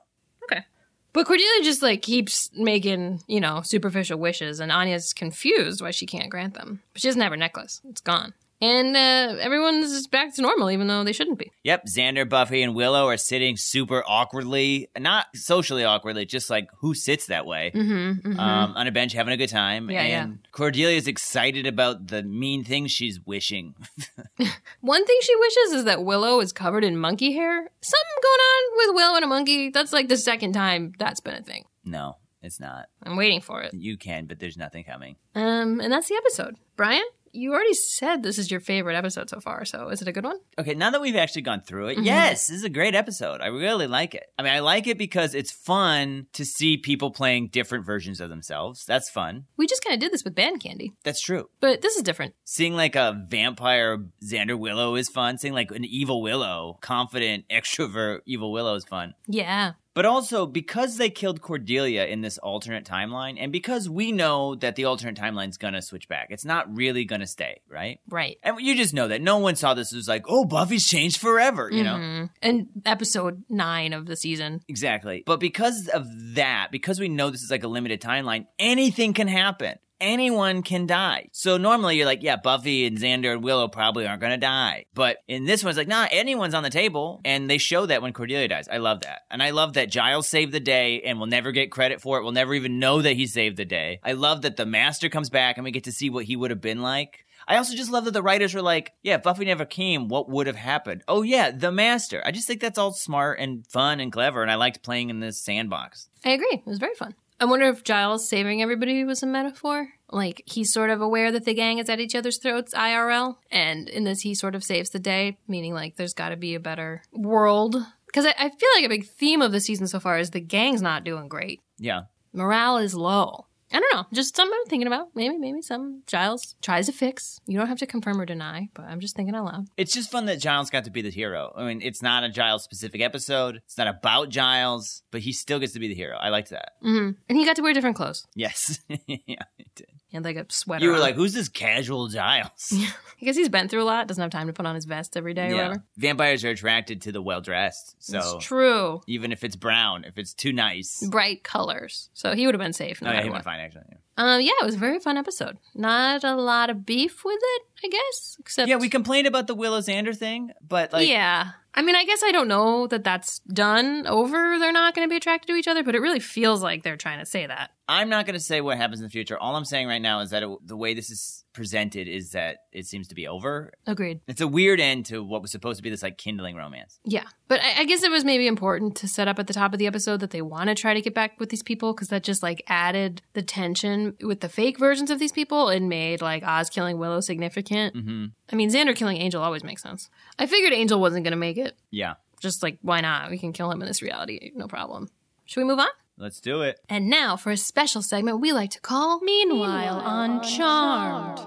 Speaker 2: Okay. But Cordelia just like keeps making, you know, superficial wishes, and Anya's confused why she can't grant them. But she doesn't have her necklace, it's gone. And uh, everyone's just back to normal, even though they shouldn't be.
Speaker 1: Yep, Xander, Buffy, and Willow are sitting super awkwardly, not socially awkwardly, just like who sits that way
Speaker 2: Mm-hmm.
Speaker 1: um, on a bench having a good time.
Speaker 2: Yeah, yeah.
Speaker 1: and Cordelia's excited about the mean things she's wishing.
Speaker 2: One thing she wishes is that Willow is covered in monkey hair. Something going on with Willow and a monkey. That's like the second time that's been a thing.
Speaker 1: no, it's not.
Speaker 2: I'm waiting for it.
Speaker 1: You can, but there's nothing coming.
Speaker 2: Um, and that's the episode. Brian, you already said this is your favorite episode so far, so is it a good one?
Speaker 1: Okay, now that we've actually gone through it,
Speaker 2: Mm-hmm.
Speaker 1: yes, this is a great episode. I really like it. I mean, I like it because it's fun to see people playing different versions of themselves. That's fun.
Speaker 2: We just kind of did this with band candy,
Speaker 1: That's true.
Speaker 2: but this is different.
Speaker 1: Seeing like a vampire Xander Willow is fun. Seeing like an evil Willow, confident extrovert evil Willow is fun.
Speaker 2: Yeah.
Speaker 1: But also because they killed Cordelia in this alternate timeline, and because we know that the alternate timeline's gonna switch back, it's not really gonna stay, right?
Speaker 2: Right.
Speaker 1: And you just know that no one saw this as like, oh, Buffy's changed forever, you know?
Speaker 2: Mhm. And episode nine of the season.
Speaker 1: Exactly. But because of that, because we know this is like a limited timeline, anything can happen. Anyone can die. So normally you're like, yeah, Buffy and Xander and Willow probably aren't going to die. But in this one, it's like, nah, anyone's on the table. And they show that when Cordelia dies. I love that. And I love that Giles saved the day and will never get credit for it. We'll never even know that he saved the day. I love that the master comes back and we get to see what he would have been like. I also just love that the writers were like, yeah, if Buffy never came, what would have happened? Oh, yeah, the master. I just think that's all smart and fun and clever, and I liked playing in this sandbox.
Speaker 2: I agree. It was very fun. I wonder if Giles saving everybody was a metaphor. Like, he's sort of aware that the gang is at each other's throats, IRL. And in this, he sort of saves the day, meaning, like, there's got to be a better world. Because I, I feel like a big theme of the season so far is the gang's not doing great.
Speaker 1: Yeah.
Speaker 2: Morale is low. I don't know. Just something I'm thinking about. Maybe, maybe some Giles tries to fix. You don't have to confirm or deny, but I'm just thinking out loud.
Speaker 1: It's just fun that Giles got to be the hero. I mean, it's not a Giles specific episode, it's not about Giles, but he still gets to be the hero. I liked that.
Speaker 2: hmm And he got to wear different clothes.
Speaker 1: Yes. yeah, it did.
Speaker 2: He had, like, a sweater.
Speaker 1: You were
Speaker 2: on.
Speaker 1: like, who's this casual Giles?
Speaker 2: I guess he's been through a lot, doesn't have time to put on his vest every day or whatever.
Speaker 1: Vampires are attracted to the well dressed. So
Speaker 2: It's true. Mm.
Speaker 1: even if it's brown, if it's too nice.
Speaker 2: Bright colors. So he would have been safe.
Speaker 1: No, Oh,
Speaker 2: No
Speaker 1: yeah,
Speaker 2: matter
Speaker 1: he
Speaker 2: what.
Speaker 1: went fine, actually. Yeah.
Speaker 2: Um, yeah, it was a very fun episode. Not a lot of beef with it, I guess. Except
Speaker 1: Yeah, we complained about the Willow Xander thing, but like,
Speaker 2: yeah. I mean, I guess I don't know that that's done over. They're not going to be attracted to each other, but it really feels like they're trying to say that.
Speaker 1: I'm not going to say what happens in the future. All I'm saying right now is that it, the way this is presented is that it seems to be over.
Speaker 2: Agreed.
Speaker 1: It's a weird end to what was supposed to be this like kindling romance.
Speaker 2: Yeah. But I, I guess it was maybe important to set up at the top of the episode that they want to try to get back with these people because that just like added the tension with the fake versions of these people and made like Oz killing Willow significant.
Speaker 1: hmm
Speaker 2: I mean, Xander killing Angel always makes sense. I figured Angel wasn't going to make it.
Speaker 1: Yeah,
Speaker 2: Just like, why not? We can kill him in this reality, no problem. Should we move on?
Speaker 1: let's do it.
Speaker 2: And now for a special segment we like to call Meanwhile, on Charmed.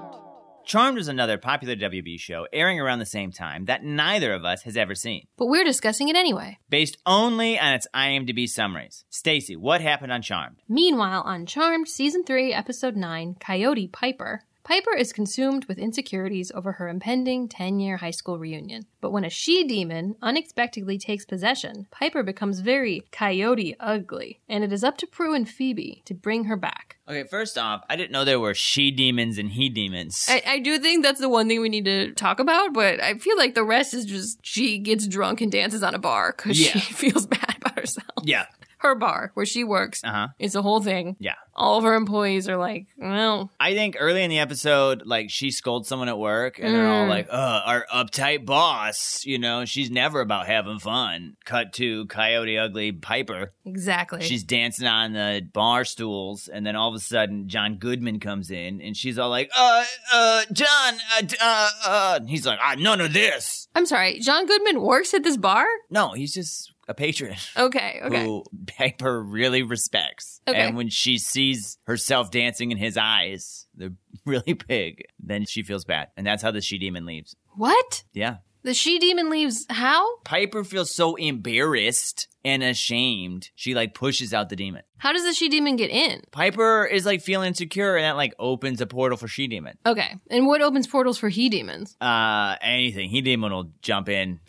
Speaker 1: Charmed was another popular WB show airing around the same time that neither of us has ever seen,
Speaker 2: But we're discussing it anyway.
Speaker 1: based only on its IMDb summaries. Stacy, what happened on Charmed?
Speaker 2: Meanwhile, on Charmed, Season 3, Episode 9, Coyote Piper. Piper is consumed with insecurities over her impending 10 year high school reunion. But when a she demon unexpectedly takes possession, Piper becomes very coyote ugly, and it is up to Prue and Phoebe to bring her back.
Speaker 1: Okay, first off, I didn't know there were she demons and he demons.
Speaker 2: I, I do think that's the one thing we need to talk about, but I feel like the rest is just she gets drunk and dances on a bar because
Speaker 1: Yeah.
Speaker 2: she feels bad about herself.
Speaker 1: yeah.
Speaker 2: Her bar, where she works,
Speaker 1: Uh huh.
Speaker 2: is a whole thing.
Speaker 1: Yeah.
Speaker 2: All of her employees are like, well,
Speaker 1: I think early in the episode, like she scolds someone at work, and they're all
Speaker 2: Mm.
Speaker 1: like, "Uh, our uptight boss, you know, she's never about having fun." Cut to Coyote Ugly Piper.
Speaker 2: exactly.
Speaker 1: She's dancing on the bar stools, and then all of a sudden, John Goodman comes in, and she's all like, "Uh, uh, John, uh, d- uh, uh," and he's like, "Ah, none of this."
Speaker 2: I'm sorry, John Goodman works at this bar?
Speaker 1: No, he's just a patron.
Speaker 2: Okay, okay.
Speaker 1: who Piper really respects.
Speaker 2: Okay.
Speaker 1: And when she sees herself dancing in his eyes, they're really big, then she feels bad. And that's how the she demon leaves.
Speaker 2: What?
Speaker 1: Yeah.
Speaker 2: The she demon leaves how?
Speaker 1: Piper feels so embarrassed and ashamed. She like pushes out the demon.
Speaker 2: How does the she demon get in?
Speaker 1: Piper is like feeling insecure and that like opens a portal for she demon.
Speaker 2: Okay. And what opens portals for he demons?
Speaker 1: Uh anything. He demon will jump in.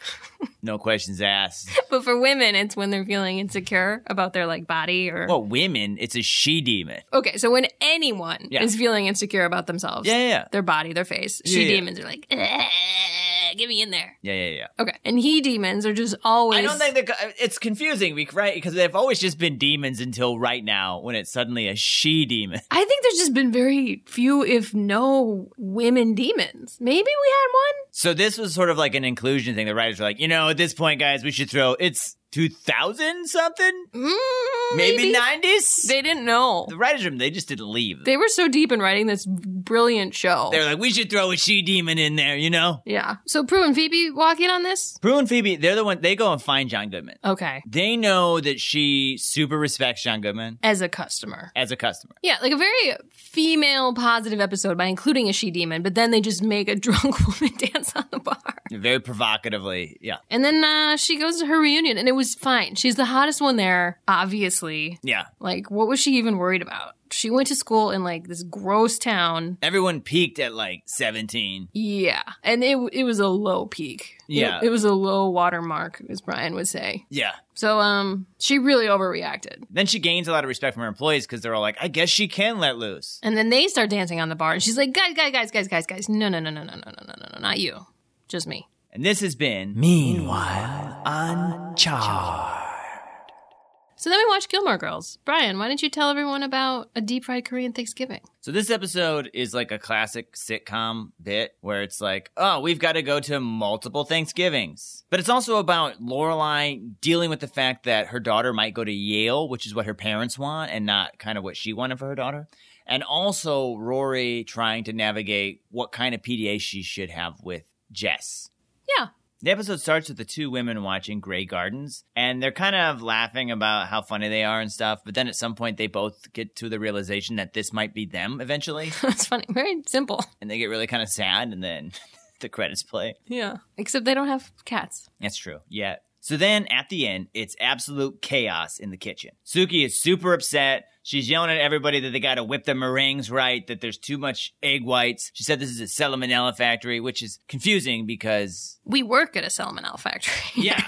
Speaker 1: No questions asked.
Speaker 2: But for women, it's when they're feeling insecure about their like body or
Speaker 1: Well, women, it's a she demon.
Speaker 2: Okay, so when anyone
Speaker 1: Yeah.
Speaker 2: is feeling insecure about themselves,
Speaker 1: Yeah, yeah, yeah.
Speaker 2: their body, their face,
Speaker 1: Yeah,
Speaker 2: she
Speaker 1: yeah.
Speaker 2: demons are like, "Ugh, get me in there.
Speaker 1: Yeah, yeah, yeah.
Speaker 2: Okay. And he demons are just always
Speaker 1: I don't think that uh, it's confusing, bec- right? Because they've always just been demons until right now, when it's suddenly a she demon.
Speaker 2: I think there's just been very few, if no, women demons. Maybe we had one.
Speaker 1: So this was sort of like an inclusion thing. The writers were like, you know, at this point, guys, we should throw it's two thousand something,
Speaker 2: Mm,
Speaker 1: maybe nineties.
Speaker 2: They didn't know.
Speaker 1: The writers room, they just didn't leave.
Speaker 2: They were so deep in writing this brilliant show.
Speaker 1: They were like, we should throw a she demon in there, you know.
Speaker 2: yeah. So Prue and Phoebe walk in on this?
Speaker 1: Prue and Phoebe, they're the one. They go and find John Goodman.
Speaker 2: Okay.
Speaker 1: They know that she super respects John Goodman
Speaker 2: As a customer.
Speaker 1: as a customer.
Speaker 2: Yeah, like a very female positive episode by including a she demon, but then they just make a drunk woman dance on the bar.
Speaker 1: Very provocatively, yeah,
Speaker 2: And then uh, she goes to her reunion and it was fine. She's the hottest one there, obviously.
Speaker 1: yeah.
Speaker 2: Like, what was she even worried about? She went to school in like this gross town.
Speaker 1: Everyone peaked at like seventeen.
Speaker 2: Yeah. And it, it was a low peak. It-
Speaker 1: Yeah.
Speaker 2: It, was a low watermark, as Brian would say.
Speaker 1: Yeah,
Speaker 2: So, um, she really overreacted.
Speaker 1: Then she gains a lot of respect from her employees because they're all like, I guess she can let loose.
Speaker 2: And then they start dancing on the bar, and she's like, guys, guys, guys, guys, guys, guys, no, no, no, no, no, no, no, no, no, no, not you, just me.
Speaker 1: And this has been Meanwhile on Char.
Speaker 2: So then we watch Gilmore Girls. Brian, why don't you tell everyone about a deep fried Korean Thanksgiving?
Speaker 1: So this episode is like a classic sitcom bit where it's like, oh, we've got to go to multiple Thanksgivings. But it's also about Lorelai dealing with the fact that her daughter might go to Yale, which is what her parents want and not kind of what she wanted for her daughter. And also Rory trying to navigate what kind of PDA she should have with Jess.
Speaker 2: Yeah.
Speaker 1: The episode starts with the two women watching Grey Gardens, and they're kind of laughing about how funny they are and stuff. But then at some point, they both get to the realization that this might be them eventually,
Speaker 2: That's funny. Very simple.
Speaker 1: and they get really kind of sad. And then the credits play.
Speaker 2: Yeah. Except they don't have cats.
Speaker 1: That's true. Yeah. So then at the end, it's absolute chaos in the kitchen. Suki is super upset. She's yelling at everybody that they got to whip the meringues right, that there's too much egg whites. She said this is a salmonella factory, which is confusing because
Speaker 2: We work at a salmonella factory.
Speaker 1: Yeah.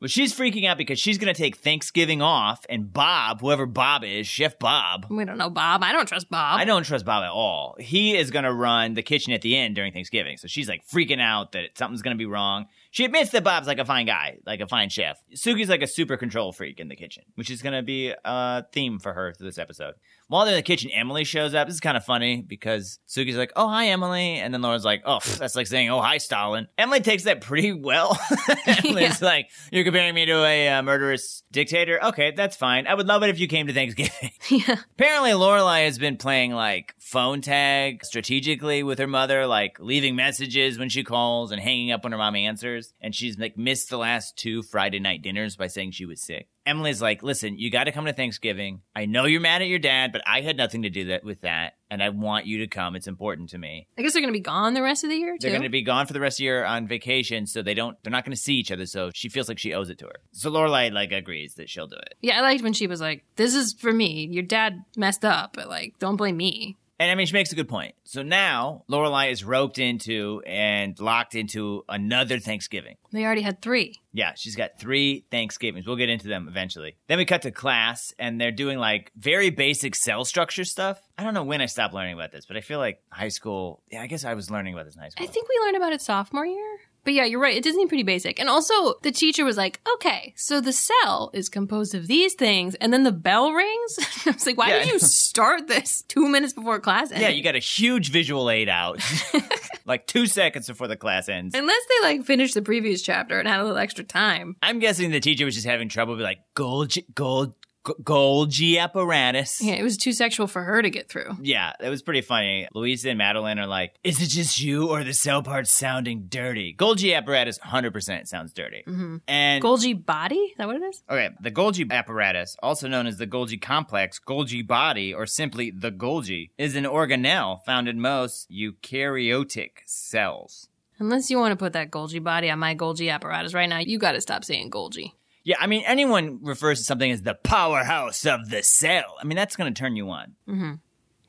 Speaker 1: Well, she's freaking out because she's going to take Thanksgiving off, and Bob, whoever Bob is, Chef Bob,
Speaker 2: we don't know Bob. I don't trust Bob.
Speaker 1: I don't trust Bob at all. He is going to run the kitchen at the end during Thanksgiving. So she's like freaking out that something's going to be wrong. She admits that Bob's like a fine guy, like a fine chef. Suki's like a super control freak in the kitchen, which is going to be a theme for her through this episode. While they're in the kitchen, Emily shows up. This is kind of funny because Suki's like, "Oh, hi, Emily," and then Laura's like, "Oh, pff, that's like saying, oh, hi, Stalin." Emily takes that pretty well. Emily's like, "You're comparing me to a uh, murderous dictator? Okay, that's fine. I would love it if you came to Thanksgiving."
Speaker 2: yeah.
Speaker 1: Apparently, Lorelai has been playing like phone tag strategically with her mother, like leaving messages when she calls and hanging up when her mom answers. And she's like missed the last two Friday night dinners by saying she was sick. Emily's like, "Listen, you got to come to Thanksgiving. I know you're mad at your dad, but I had nothing to do that with that, and I want you to come. It's important to me.
Speaker 2: I guess they're going to be gone the rest of the year, too.
Speaker 1: They're going to be gone for the rest of the year on vacation, so they don't. They're not going to see each other. So she feels like she owes it to her. So Lorelai like agrees that she'll do it.
Speaker 2: yeah, I liked when she was like, this is for me. Your dad messed up, but like, don't blame me.
Speaker 1: And I mean, she makes a good point. So now Lorelai is roped into and locked into another Thanksgiving.
Speaker 2: They already had three.
Speaker 1: Yeah, she's got three Thanksgivings. We'll get into them eventually. Then we cut to class, and they're doing like very basic cell structure stuff. I don't know when I stopped learning about this, but I feel like high school. Yeah, I guess I was learning about this in high
Speaker 2: I
Speaker 1: school.
Speaker 2: think we learned about it sophomore year. But yeah, you're right. It does seem pretty basic. And also, the teacher was like, okay, so the cell is composed of these things. And then the bell rings. I was like, why
Speaker 1: Yeah, I
Speaker 2: did you
Speaker 1: know.
Speaker 2: start this two minutes before class ended?
Speaker 1: yeah, you got a huge visual aid out, like two seconds before the class ends.
Speaker 2: Unless they like finished the previous chapter and had a little extra time.
Speaker 1: I'm guessing the teacher was just having trouble with like Golgi, Gold, Golgi apparatus.
Speaker 2: Yeah, it was too sexual for her to get through.
Speaker 1: Yeah, that was pretty funny. Louisa and Madeline are like, is it just you or are the cell parts sounding dirty? Golgi apparatus 100% sounds dirty.
Speaker 2: Mm-hmm.
Speaker 1: And
Speaker 2: Golgi body? Is that what it is?
Speaker 1: okay, the Golgi apparatus, also known as the Golgi complex, Golgi body, or simply the Golgi, is an organelle found in most eukaryotic cells.
Speaker 2: Unless you want to put that Golgi body on my Golgi apparatus right now, you got to stop saying Golgi.
Speaker 1: Yeah, I mean, anyone refers to something as the powerhouse of the cell. I mean, that's going to turn you on.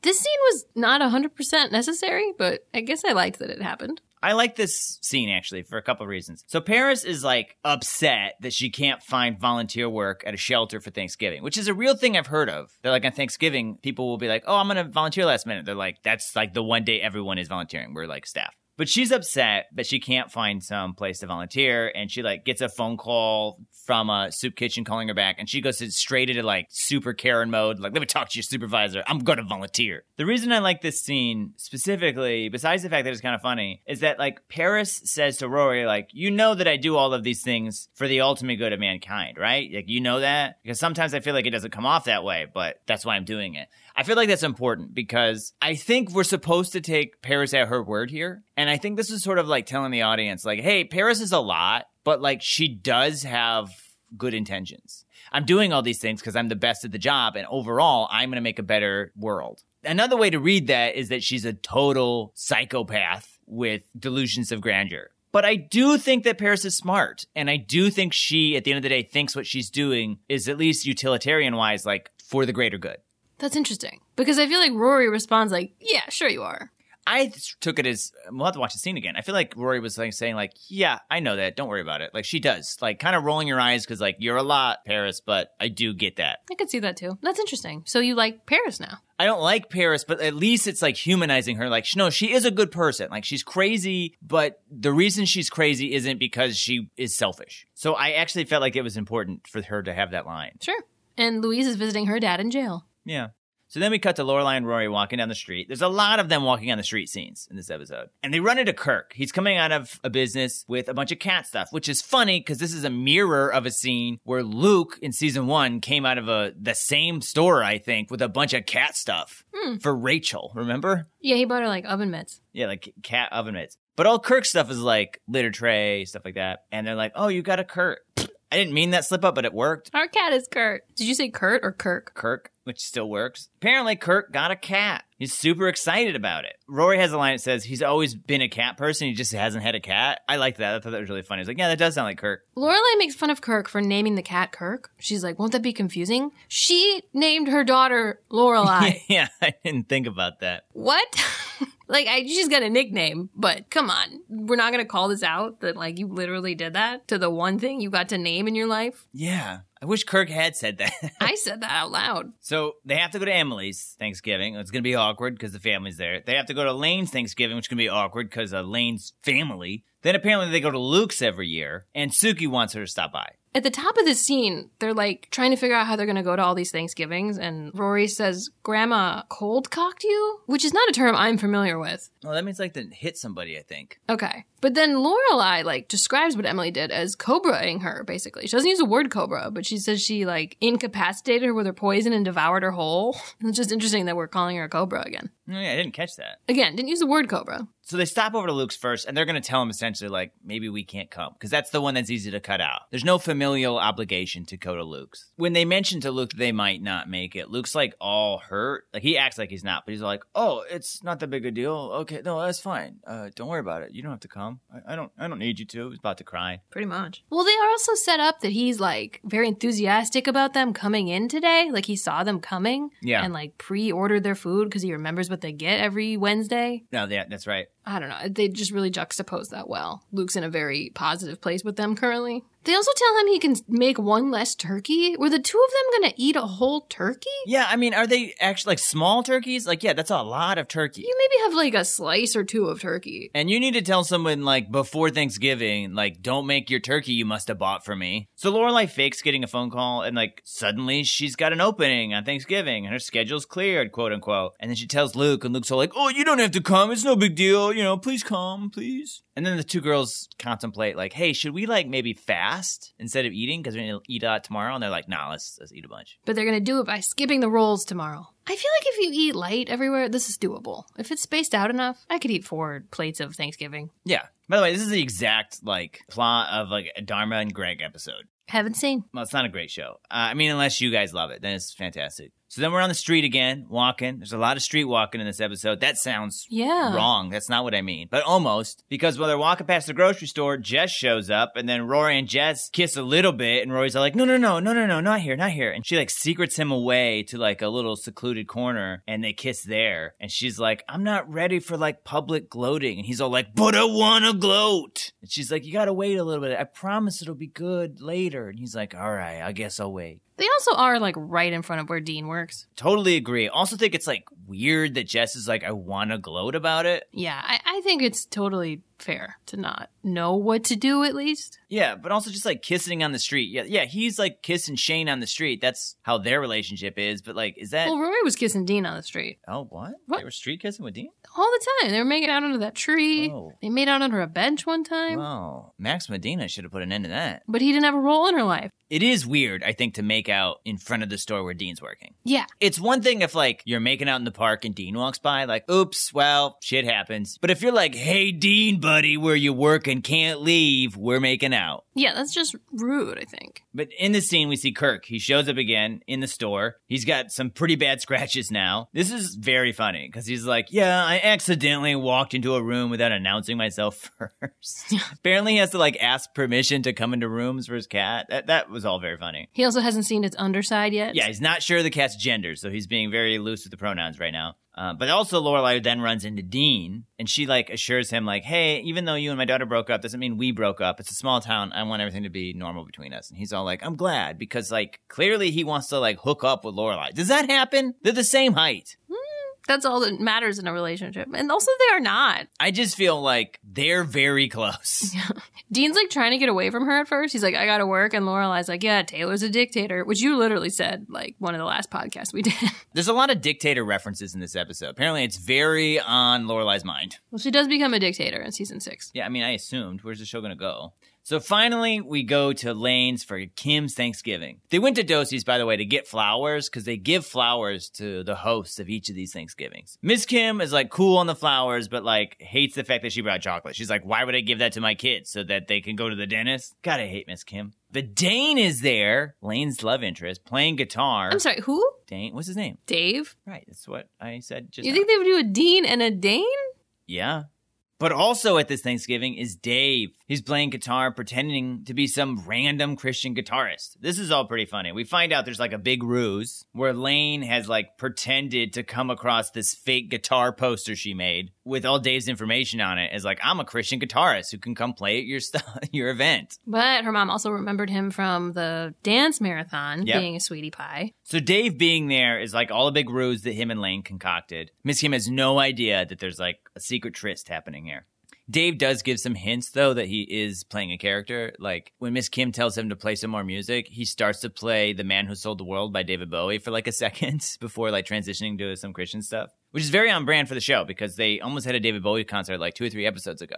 Speaker 2: This scene was not 100% necessary, but I guess I liked that it happened.
Speaker 1: I like this scene actually for a couple of reasons. So Paris is like upset that she can't find volunteer work at a shelter for Thanksgiving, which is a real thing I've heard of. They're like on Thanksgiving, people will be like, "Oh, I'm going to volunteer last minute." They're like, "That's like the one day everyone is volunteering. We're like staff." But she's upset that she can't find some place to volunteer, and she like gets a phone call from a soup kitchen calling her back, and she goes straight into like super Karen mode, like let me talk to your supervisor. I'm gonna volunteer. The reason I like this scene specifically, besides the fact that it's kind of funny, is that like Paris says to Rory, like you know that I do all of these things for the ultimate good of mankind, right? Like you know that because sometimes I feel like it doesn't come off that way, but that's why I'm doing it. I feel like that's important because I think we're supposed to take Paris at her word here. And I think this is sort of like telling the audience, like, hey, Paris is a lot, but like she does have good intentions. I'm doing all these things because I'm the best at the job. And overall, I'm going to make a better world. Another way to read that is that she's a total psychopath with delusions of grandeur. But I do think that Paris is smart. And I do think she, at the end of the day, thinks what she's doing is at least utilitarian wise, like for the greater good.
Speaker 2: That's interesting. Because I feel like Rory responds like, yeah, sure you are.
Speaker 1: I th- took it as we'll have to watch the scene again. I feel like Rory was like saying like, "Yeah, I know that. Don't worry about it." Like she does, like kind of rolling your eyes because like you're a lot, Paris, but I do get that.
Speaker 2: I could see that too. That's interesting. So you like Paris now.
Speaker 1: I don't like Paris, but at least it's like humanizing her. Like, sh- no, she is a good person. Like she's crazy, but the reason she's crazy isn't because she is selfish. So I actually felt like it was important for her to have that line.
Speaker 2: Sure. And Louise is visiting her dad in jail.
Speaker 1: Yeah. So then we cut to Lorelai and Rory walking down the street. There's a lot of them walking on the street scenes in this episode. And they run into Kirk. He's coming out of a business with a bunch of cat stuff, which is funny because this is a mirror of a scene where Luke in season one came out of a the same store, I think, with a bunch of cat stuff for Rachel. Remember?
Speaker 2: Yeah, he bought her like oven mitts.
Speaker 1: Yeah, like cat oven mitts. But all Kirk stuff is like litter tray, stuff like that. And they're like, oh, you got a Kirk. I didn't mean that slip up, but it worked.
Speaker 2: Our cat is Kurt. Did you say Kurt or Kirk?
Speaker 1: Kirk, which still works. Apparently, Kirk got a cat. He's super excited about it. Rory has a line that says he's always been a cat person. He just hasn't had a cat. I liked that. I thought that was really funny. I was like, yeah, that does sound like Kirk.
Speaker 2: Lorelai makes fun of Kirk for naming the cat Kirk. She's like, won't that be confusing? She named her daughter Lorelai.
Speaker 1: yeah, I didn't think about that.
Speaker 2: what? like, I, she's got a nickname, but come on. We're not going to call this out that like you literally did that to the one thing you got to name in your life.
Speaker 1: Yeah. I wish Kirk had said that.
Speaker 2: I said that out loud.
Speaker 1: so they have to go to Emily's Thanksgiving. It's going to be awkward because the family's there. They have to go to Lane's Thanksgiving, which can be awkward because of Lane's family. Then apparently they go to Luke's every year, and Suki wants her to stop by.
Speaker 2: At the top of this scene, they're like trying to figure out how they're going to go to all these Thanksgivings, and Rory says, Grandma cold cocked you? Which is not a term I'm familiar with.
Speaker 1: Well, that means like to hit somebody, I think.
Speaker 2: Okay. But then Lorelai, like, describes what Emily did as cobraing her, basically. She doesn't use the word cobra, but she says she, like, incapacitated her with her poison and devoured her whole. It's just interesting that we're calling her a cobra again.
Speaker 1: Oh, Yeah, I didn't catch that.
Speaker 2: Again, didn't use the word cobra.
Speaker 1: So they stop over to Luke's first, and they're going to tell him essentially, like, maybe we can't come, because that's the one that's easy to cut out. There's no familial obligation to go to Luke's. When they mention to Luke that they might not make it, Luke's like all hurt. Like, he acts like he's not, but he's like, oh, it's not that big a deal. Okay, no, that's fine. Uh, don't worry about it. You don't have to come. I, I don't. I don't need you to. He's about to cry.
Speaker 2: Pretty much. Well, they are also set up that he's like very enthusiastic about them coming in today. Like he saw them coming.
Speaker 1: Yeah.
Speaker 2: And like pre ordered their food because he remembers what what they get every Wednesday.
Speaker 1: No, yeah, that's right.
Speaker 2: I don't know. They just really juxtapose that well. Luke's in a very positive place with them currently. They also tell him he can make one less turkey. Were the two of them going to eat a whole turkey?
Speaker 1: Yeah, I mean, are they actually like small turkeys? Like, yeah, that's a lot of turkey.
Speaker 2: You maybe have like a slice or two of turkey.
Speaker 1: And you need to tell someone like before Thanksgiving, like, don't make your turkey you must have bought for me. So Lorelai fakes getting a phone call and like suddenly she's got an opening on Thanksgiving and her schedule's cleared, quote unquote. And then she tells Luke and Luke's all like, Oh, you don't have to come, it's no big deal, you know, please come, please. And then the two girls contemplate like, hey, should we like maybe fast instead of eating? Because we're gonna eat out tomorrow and they're like, nah, let's let's eat a bunch.
Speaker 2: But they're going to do it by skipping the rolls tomorrow. I feel like if you eat light everywhere, this is doable. If it's spaced out enough, I could eat four plates of Thanksgiving.
Speaker 1: Yeah. By the way, this is the exact like plot of like a Dharma and Greg episode.
Speaker 2: Haven't seen.
Speaker 1: Well, it's not a great show. Uh, I mean, unless you guys love it, then it's fantastic. So then we're on the street again, walking. There's a lot of street walking in this episode. That sounds
Speaker 2: Yeah.
Speaker 1: wrong. That's not what I mean, but almost. Because while they're walking past the grocery store, Jess shows up, and then Rory and Jess kiss a little bit, and Rory's all like, "No, no, no, no, no, no, not here, not here." And she like secrets him away to like a little secluded corner, and they kiss there. And she's like, "I'm not ready for like public gloating," and he's all like, "But I wanna gloat." And she's like, "You gotta wait a little bit. I promise it'll be good later." And he's like, "All right, I guess I'll wait."
Speaker 2: They also are like right in front of where Dean works.
Speaker 1: Totally agree. Also think it's like weird that Jess is like, I want to gloat about it.
Speaker 2: Yeah, I, I think it's totally fair to not know what to do at least.
Speaker 1: Yeah, but also just like kissing on the street. Yeah, yeah, he's like kissing Shane on the street. That's how their relationship is. But like, is that
Speaker 2: Well, Rory was kissing Dean on the street
Speaker 1: oh what?
Speaker 2: What?
Speaker 1: They were street kissing with Dean?
Speaker 2: all the time. They were making out under that tree.
Speaker 1: Whoa.
Speaker 2: They made out under a bench one time.
Speaker 1: Oh. Wow, Max Medina should have put an end to that.
Speaker 2: But he didn't have a role in her life.
Speaker 1: It is weird, I think, to make out in front of the store where Dean's working.
Speaker 2: Yeah.
Speaker 1: It's one thing if like you're making out in the park and Dean walks by, like, oops, well, shit happens. But if you're like, hey, Dean, buddy, where you work and can't leave, we're making out.
Speaker 2: Yeah, that's just rude, I think.
Speaker 1: But in this scene, we see Kirk. He shows up again in the store. He's got some pretty bad scratches now. This is very funny because he's like, Yeah, I accidentally walked into a room without announcing myself first. Apparently, he has to like ask permission to come into rooms for his cat. That, that was all very funny.
Speaker 2: He also hasn't seen its underside yet.
Speaker 1: Yeah, he's not sure of the cat's gender, so he's being very loose with the pronouns right now. Uh, but also, Lorelai then runs into Dean, and she like assures him, like, "Hey, even though you and my daughter broke up, doesn't mean we broke up. It's a small town. I want everything to be normal between us." And he's all like, "I'm glad because like clearly he wants to like hook up with Lorelai. Does that happen? They're the same height.
Speaker 2: That's all that matters in a relationship. And also, they are not.
Speaker 1: I just feel like they're very close.
Speaker 2: Dean's like trying to get away from her at first. He's like, I gotta work. And Lorelai's like, Yeah, Taylor's a dictator, which you literally said like one of the last podcasts we did.
Speaker 1: There's a lot of dictator references in this episode. Apparently, it's very on Lorelai's mind.
Speaker 2: well, she does become a dictator in season six.
Speaker 1: Yeah, I mean, I assumed. Where's the show going to go? So finally, we go to Lane's for Kim's Thanksgiving. They went to Dosey's, by the way, to get flowers because they give flowers to the hosts of each of these Thanksgivings. Miss Kim is like cool on the flowers, but like hates the fact that she brought chocolate. She's like, why would I give that to my kids so that they can go to the dentist? God, I hate Miss Kim. But Dane is there, Lane's love interest, playing guitar.
Speaker 2: I'm sorry, who?
Speaker 1: Dane, what's his name?
Speaker 2: Dave?
Speaker 1: Right, that's what I said just
Speaker 2: You
Speaker 1: now.
Speaker 2: think they would do a Dean and a Dane?
Speaker 1: Yeah. But also at this Thanksgiving is Dave. He's playing guitar, pretending to be some random Christian guitarist. This is all pretty funny. We find out there's like a big ruse where Lane has like pretended to come across this fake guitar poster she made with all Dave's information on it. Is like, I'm a Christian guitarist who can come play at your st- your event.
Speaker 2: But her mom also remembered him from the dance marathon
Speaker 1: Yep.
Speaker 2: being a sweetie pie.
Speaker 1: So Dave being there is like all a big ruse that him and Lane concocted. Miss Kim has no idea that there's like a secret tryst happening here. Dave does give some hints though that he is playing a character. Like when Miss Kim tells him to play some more music, he starts to play "The Man Who Sold the World" by David Bowie for like a second before like transitioning to some Christian stuff, which is very on brand for the show because they almost had a David Bowie concert like two or three episodes ago.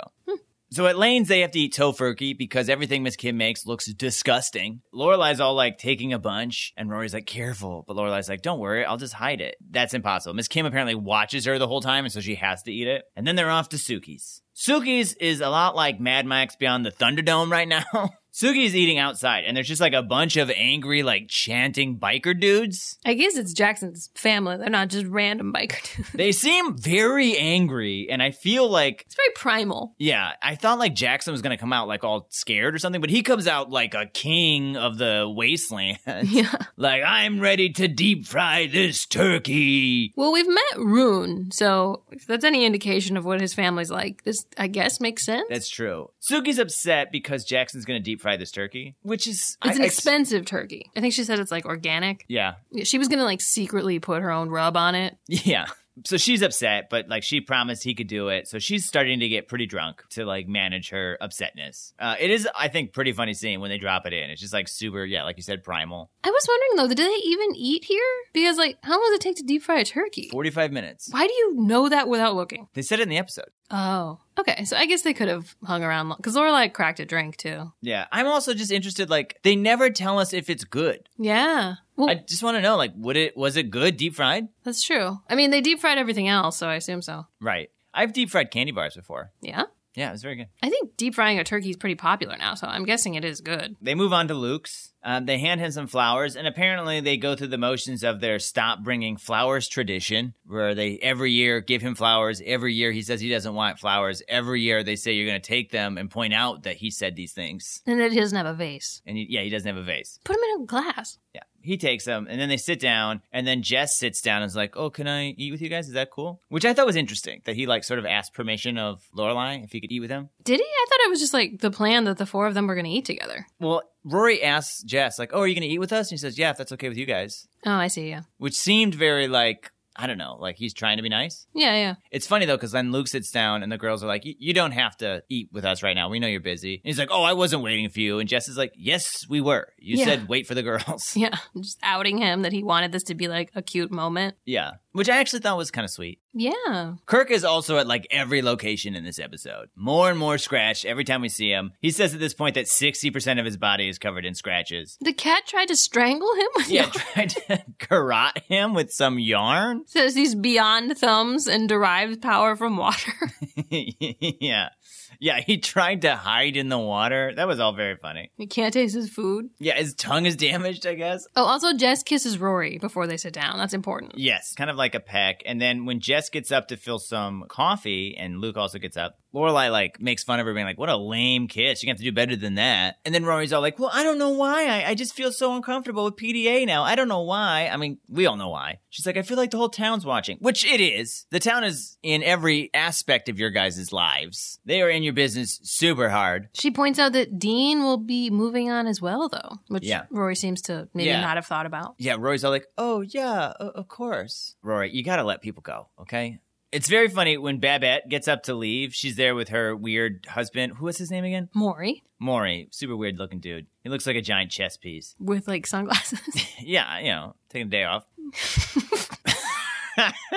Speaker 1: So at Lane's, they have to eat tofurkey because everything Miss Kim makes looks disgusting. Lorelai's all like taking a bunch, and Rory's like, careful. But Lorelai's like, don't worry, I'll just hide it. That's impossible. Miss Kim apparently watches her the whole time, and so she has to eat it. And then they're off to Suki's. Suki's is a lot like Mad Max Beyond the Thunderdome right now. Sugi is eating outside, and there's just like a bunch of angry, like chanting biker dudes.
Speaker 2: I guess it's Jackson's family. They're not just random biker dudes.
Speaker 1: They seem very angry, and I feel like,
Speaker 2: It's very primal.
Speaker 1: yeah, I thought like Jackson was gonna come out like all scared or something, but he comes out like a king of the wasteland.
Speaker 2: Yeah.
Speaker 1: like, I'm ready to deep fry this turkey.
Speaker 2: Well, we've met Rune, so if that's any indication of what his family's like, this I guess makes sense.
Speaker 1: That's true. Sugi's upset because Jackson's gonna deep fry this turkey, which is
Speaker 2: it's an
Speaker 1: I-
Speaker 2: expensive turkey. I think she said it's like organic.
Speaker 1: Yeah,
Speaker 2: Yeah, She was gonna like secretly put her own rub on it.
Speaker 1: Yeah. So she's upset, but like she promised he could do it. So she's starting to get pretty drunk to like manage her upsetness. Uh, it is, I think, pretty funny scene when they drop it in. It's just like super, yeah, like you said, primal.
Speaker 2: I was wondering though, do they even eat here? Because like, how long does it take to deep fry a turkey?
Speaker 1: 45 minutes.
Speaker 2: Why do you know that without looking?
Speaker 1: They said it in the episode.
Speaker 2: Oh, okay. So I guess they could have hung around because Lorelai cracked a drink too.
Speaker 1: Yeah. I'm also just interested, like, they never tell us if it's good.
Speaker 2: Yeah. Well,
Speaker 1: I just want to know, like, would it, was it good deep fried?
Speaker 2: that's true. I mean, they deep fried everything else, so I assume so.
Speaker 1: Right. I've deep fried candy bars before.
Speaker 2: Yeah.
Speaker 1: Yeah, it was very good.
Speaker 2: I think deep frying a turkey is pretty popular now, so I'm guessing it is good.
Speaker 1: They move on to Luke's. Um, they hand him some flowers, and apparently they go through the motions of their stop bringing flowers tradition, where they every year give him flowers. Every year he says he doesn't want flowers. Every year they say you're going to take them and point out that he said these things.
Speaker 2: And that he doesn't have a vase.
Speaker 1: And he, yeah, he doesn't have a vase.
Speaker 2: Put them in a glass.
Speaker 1: Yeah, he takes them, and then they sit down, and then Jess sits down and is like, "Oh, can I eat with you guys? Is that cool?" Which I thought was interesting that he like sort of asked permission of Lorelai if he could eat with them.
Speaker 2: Did he? I thought it was just like the plan that the four of them were going to eat together.
Speaker 1: Well, Rory asks Jess like, "Oh, are you going to eat with us?" And he says, "Yeah, if that's okay with you guys."
Speaker 2: Oh, I see. Yeah.
Speaker 1: which seemed very like I don't know, like he's trying to be nice.
Speaker 2: Yeah, yeah.
Speaker 1: It's funny though, because then Luke sits down and the girls are like, "You- "You don't have to eat with us right now. We know you're busy." And he's like, "Oh, I wasn't waiting for you." And Jess is like, "Yes, we were. You
Speaker 2: Yeah.
Speaker 1: said wait for the girls."
Speaker 2: Yeah. I'm Just outing him that he wanted this to be like a cute moment.
Speaker 1: yeah, which I actually thought was kind of sweet.
Speaker 2: Yeah.
Speaker 1: Kirk is also at like every location in this episode. More and more scratched every time we see him. He says at this point that sixty percent of his body is covered in scratches.
Speaker 2: The cat tried to strangle him with
Speaker 1: Yeah, tried to garrote him with some yarn.
Speaker 2: Says he's beyond thumbs and derives power from water.
Speaker 1: yeah. Yeah, he tried to hide in the water. That was all very funny.
Speaker 2: he can't taste his food.
Speaker 1: Yeah, his tongue is damaged, I guess.
Speaker 2: Oh, also, Jess kisses Rory before they sit down. That's important.
Speaker 1: Yes, kind of like a peck. And then when Jess gets up to fill some coffee and Luke also gets up, Lorelai like makes fun of her being like, What a lame kiss. You're gonna have to do better than that. And then Rory's all like, Well, I don't know why. I, I just feel so uncomfortable with PDA now. I don't know why. I mean, we all know why. She's like, I feel like the whole town's watching. Which it is. The town is in every aspect of your guys' lives. They are in your business super hard.
Speaker 2: She points out that Dean will be moving on as well, though, which
Speaker 1: Yeah.
Speaker 2: Rory seems to maybe
Speaker 1: Yeah.
Speaker 2: not have thought about.
Speaker 1: Yeah, Rory's all like, "Oh yeah, o- of course." Rory, you gotta let people go, okay? It's very funny when Babette gets up to leave. She's there with her weird husband. Who was his name again?
Speaker 2: Maury
Speaker 1: Maury, super weird looking dude. He looks like a giant chess piece.
Speaker 2: with like sunglasses.
Speaker 1: Yeah, you know, taking a day off.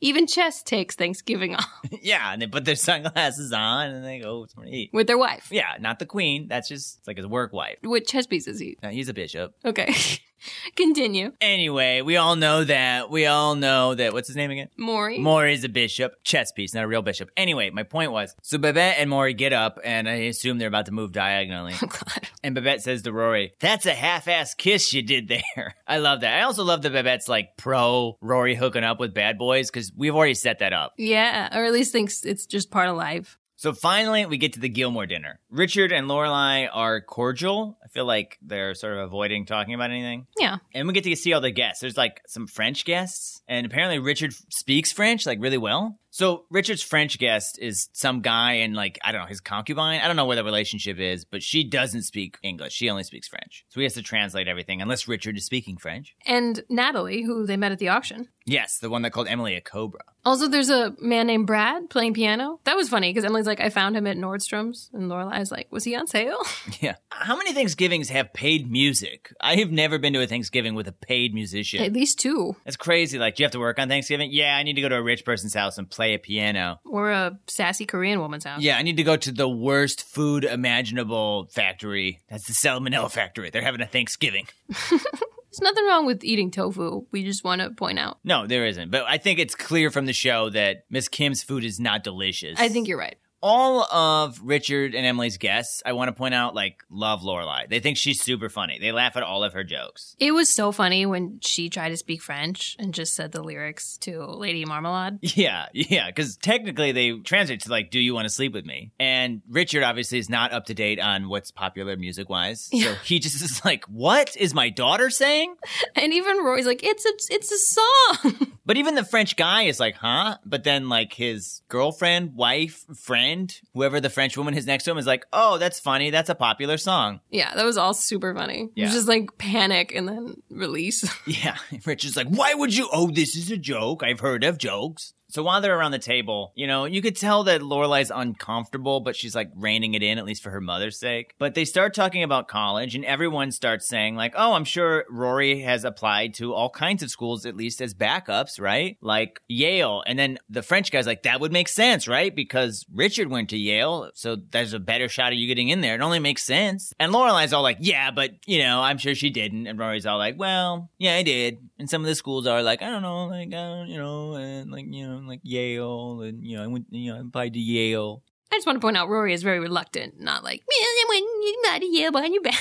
Speaker 2: Even Chess takes Thanksgiving off
Speaker 1: yeah, and they put their sunglasses on and they go, "It's gonna eat."
Speaker 2: with their wife,
Speaker 1: Yeah, not the queen. That's just it's like his work wife.
Speaker 2: with chess pieces eat.
Speaker 1: Now, he's a bishop.
Speaker 2: Okay. Continue.
Speaker 1: Anyway, we all know that. We all know that. What's his name again?
Speaker 2: Maury.
Speaker 1: Maury is a bishop, chess piece, not a real bishop. Anyway, my point was so Babette and Maury get up, and I assume they're about to move diagonally.
Speaker 2: Oh, God.
Speaker 1: and Babette says to Rory, That's a half ass kiss you did there. I love that. I also love that Babette's like pro Rory hooking up with bad boys because we've already set that up.
Speaker 2: Yeah, or at least thinks it's just part of life.
Speaker 1: So finally, we get to the Gilmore dinner. Richard and Lorelai are cordial. I feel like they're sort of avoiding talking about anything.
Speaker 2: Yeah.
Speaker 1: And we get to see all the guests. There's like some French guests, and apparently Richard f- speaks French like really well. So Richard's French guest is some guy and like I don't know his concubine. I don't know what the relationship is, but she doesn't speak English. She only speaks French, so he has to translate everything unless Richard is speaking French.
Speaker 2: And Natalie, who they met at the auction.
Speaker 1: Yes, the one that called Emily a cobra.
Speaker 2: Also, there's a man named Brad playing piano. That was funny because Emily's like, I found him at Nordstrom's. And Lorelai's like, was he on sale?
Speaker 1: Yeah. How many Thanksgivings have paid music? I have never been to a Thanksgiving with a paid musician.
Speaker 2: At least two.
Speaker 1: That's crazy. Like, do you have to work on Thanksgiving? Yeah, I need to go to a rich person's house and play a piano.
Speaker 2: Or a sassy Korean woman's house.
Speaker 1: Yeah, I need to go to the worst food imaginable factory. That's the Salmonella factory. They're having a Thanksgiving.
Speaker 2: There's nothing wrong with eating tofu. We just want to point out.
Speaker 1: No, there isn't. But I think it's clear from the show that Miss Kim's food is not delicious.
Speaker 2: I think you're right.
Speaker 1: all of Richard and Emily's guests, I want to point out, like, love Lorelai. They think she's super funny. They laugh at all of her jokes.
Speaker 2: It was so funny when she tried to speak French and just said the lyrics to Lady Marmalade.
Speaker 1: Yeah, yeah, because technically they translate to, like, do you want to sleep with me? And Richard obviously is not up to date on what's popular music wise. So
Speaker 2: Yeah.
Speaker 1: he just is like, what is my daughter saying?
Speaker 2: And even Roy's like, it's a it's a song.
Speaker 1: But even the French guy is like, huh? But then, like, his girlfriend, wife, friend, whoever the French woman is next to him is like, oh, that's funny. That's a popular song.
Speaker 2: yeah, that was all super funny. It
Speaker 1: Yeah.
Speaker 2: was just like panic and then release.
Speaker 1: Yeah. Richard's like, why would you? Oh, this is a joke. I've heard of jokes. So while they're around the table, you know, you could tell that Lorelai's uncomfortable, but she's like reining it in, at least for her mother's sake. But they start talking about college, and everyone starts saying, like, oh, I'm sure Rory has applied to all kinds of schools, at least as backups, right? Like Yale. And then the French guy's like, that would make sense, right? Because Richard went to Yale, so there's a better shot of you getting in there. It only makes sense. And Lorelai's all like, yeah, but, you know, I'm sure she didn't. And Rory's all like, well, yeah, I did. And some of the schools are like, I don't know, like, uh, you know, and like, you know, like Yale, and, you know, I went, you know, I applied to Yale.
Speaker 2: I just want to point out Rory is very reluctant, not like "Man, when you not here behind your back.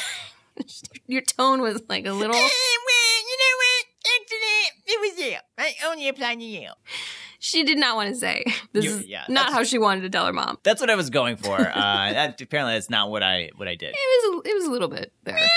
Speaker 2: Your tone was like a little. She did not want to say. This
Speaker 1: You-
Speaker 2: is
Speaker 1: yeah,
Speaker 2: not
Speaker 1: that's-
Speaker 2: how she wanted to tell her mom.
Speaker 1: That's what I was going for. Uh, that, apparently, that's not what I what I did.
Speaker 2: It was it was a little bit there.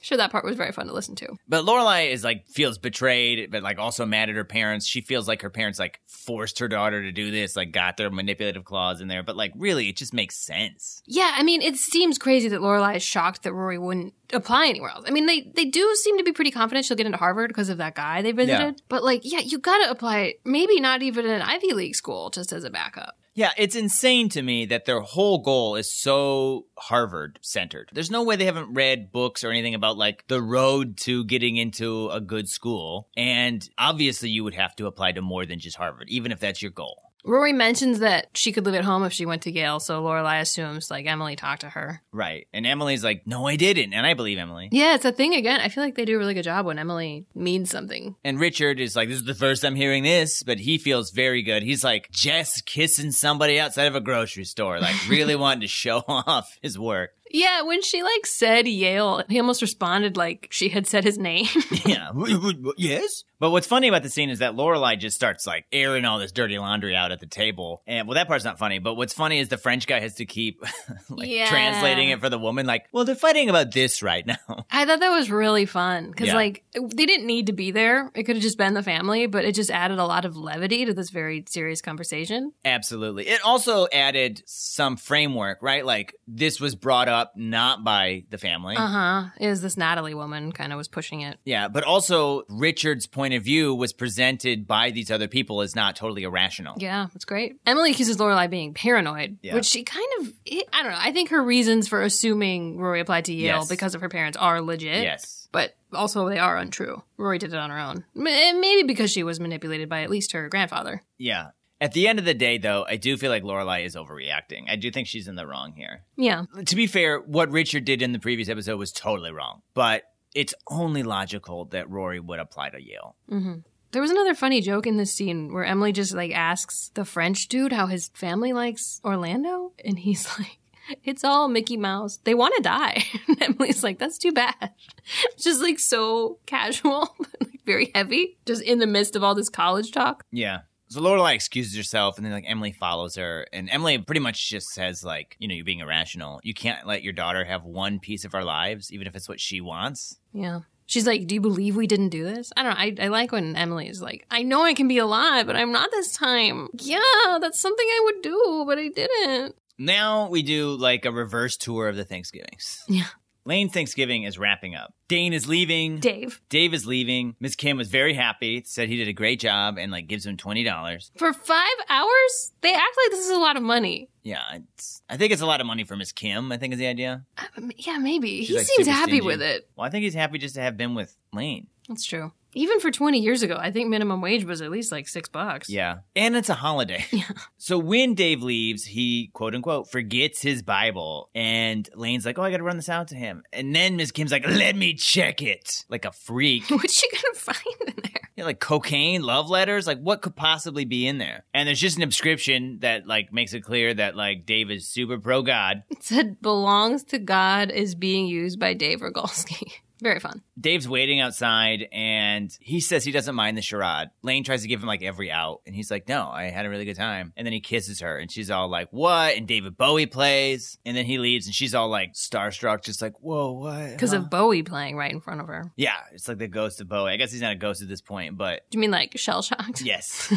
Speaker 2: sure, that part was very fun to listen to.
Speaker 1: But Lorelai is like feels betrayed, but like also mad at her parents. She feels like her parents like forced her daughter to do this, like got their manipulative claws in there. But like really, it just makes sense.
Speaker 2: Yeah, I mean, it seems crazy that Lorelai is shocked that Rory wouldn't apply anywhere else. I mean, they they do seem to be pretty confident she'll get into Harvard because of that guy they visited. But like, yeah, you gotta apply. Maybe not even an Ivy League school, just as a backup.
Speaker 1: Yeah, it's insane to me that their whole goal is so Harvard centered. There's no way they haven't read books or anything about like the road to getting into a good school. And obviously, you would have to apply to more than just Harvard, even if that's your goal.
Speaker 2: Rory mentions that she could live at home if she went to Yale, so Lorelai assumes like Emily talked to her.
Speaker 1: Right. And Emily's like, no, I didn't. And I believe Emily.
Speaker 2: Yeah, it's a thing again. I feel like they do a really good job when Emily means something.
Speaker 1: And Richard is like, this is the first I'm hearing this, but he feels very good. He's like, just kissing somebody outside of a grocery store, like really wanting to show off his work.
Speaker 2: Yeah, when she like said Yale, he almost responded like she had said his name.
Speaker 1: Yeah. yes. But what's funny about the scene is that Lorelai just starts like airing all this dirty laundry out at the table. And well, that part's not funny. But what's funny is the French guy has to keep like
Speaker 2: Yeah.
Speaker 1: translating it for the woman. Like, well, they're fighting about this right now.
Speaker 2: I thought that was really fun because
Speaker 1: Yeah.
Speaker 2: like they didn't need to be there. It could have just been the family, but it just added a lot of levity to this very serious conversation.
Speaker 1: Absolutely. It also added some framework, right? Like this was brought up not by the family.
Speaker 2: Uh huh. Is this Natalie woman kind of was pushing it?
Speaker 1: Yeah, but also Richard's point of view was presented by these other people as not totally irrational.
Speaker 2: Yeah, that's great. Emily accuses Lorelai of being paranoid,
Speaker 1: Yeah.
Speaker 2: which she kind of I don't know. I think her reasons for assuming Rory applied to Yale
Speaker 1: Yes.
Speaker 2: because of her parents are legit.
Speaker 1: Yes.
Speaker 2: But also, they are untrue. Rory did it on her own. M- and Maybe because she was manipulated by at least her grandfather.
Speaker 1: Yeah. At the end of the day, though, I do feel like Lorelai is overreacting. I do think she's in the wrong here.
Speaker 2: Yeah.
Speaker 1: To be fair, what Richard did in the previous episode was totally wrong, but it's only logical that Rory would apply to Yale.
Speaker 2: hmm There was another funny joke in this scene where Emily just like asks the French dude how his family likes Orlando. And he's like, it's all Mickey Mouse. They want to die. And Emily's like, that's too bad. It's just like so casual, but like very heavy, just in the midst of all this college talk.
Speaker 1: Yeah. So Lorelai excuses herself, and then like Emily follows her, and Emily pretty much just says like, you know, you're being irrational. You can't let your daughter have one piece of our lives, even if it's what she wants.
Speaker 2: Yeah. She's like, Do you believe we didn't do this? I don't know. I, I like when Emily is like, I know I can be alive, but I'm not this time. Yeah, that's something I would do, but I didn't.
Speaker 1: Now we do like a reverse tour of the Thanksgivings.
Speaker 2: Yeah.
Speaker 1: Lane's Thanksgiving is wrapping up. Dane is leaving.
Speaker 2: Dave,
Speaker 1: Dave is leaving. Miss Kim was very happy, said he did a great job and like gives him $20.
Speaker 2: for five hours? They act like this is a lot of money.
Speaker 1: Yeah, it's, I think it's a lot of money for Miss Kim, I think is the idea.
Speaker 2: I- Yeah, maybe.
Speaker 1: She's,
Speaker 2: he
Speaker 1: like,
Speaker 2: seems
Speaker 1: super
Speaker 2: happy
Speaker 1: stingy.
Speaker 2: with it.
Speaker 1: Well, I think he's happy just to have been with Lane.
Speaker 2: That's true. Even for 20 years ago, I think minimum wage was at least like six bucks.
Speaker 1: Yeah. And it's a holiday.
Speaker 2: Yeah.
Speaker 1: So when Dave leaves, he quote unquote forgets his Bible. And Lane's like, Oh, I gotta run this out to him. And then Ms. Kim's like, Let me check it. Like a freak.
Speaker 2: What's she going to find in there?
Speaker 1: Yeah, like cocaine, love letters, like what could possibly be in there? And there's just an inscription that like makes it clear that like Dave is super pro God.
Speaker 2: It said, belongs to God is being used by Dave Rogalski. Very fun.
Speaker 1: Dave's waiting outside and he says he doesn't mind the charade. Lane tries to give him like every out and he's like, No, I had a really good time. And then he kisses her and she's all like, What? And David Bowie plays. And then he leaves and she's all like starstruck, just like, Whoa, what?
Speaker 2: Because
Speaker 1: Huh?
Speaker 2: of Bowie playing right in front of her.
Speaker 1: Yeah, it's like the ghost of Bowie. I guess he's not a ghost at this point, but
Speaker 2: Do you mean like shell shocked?
Speaker 1: Yes.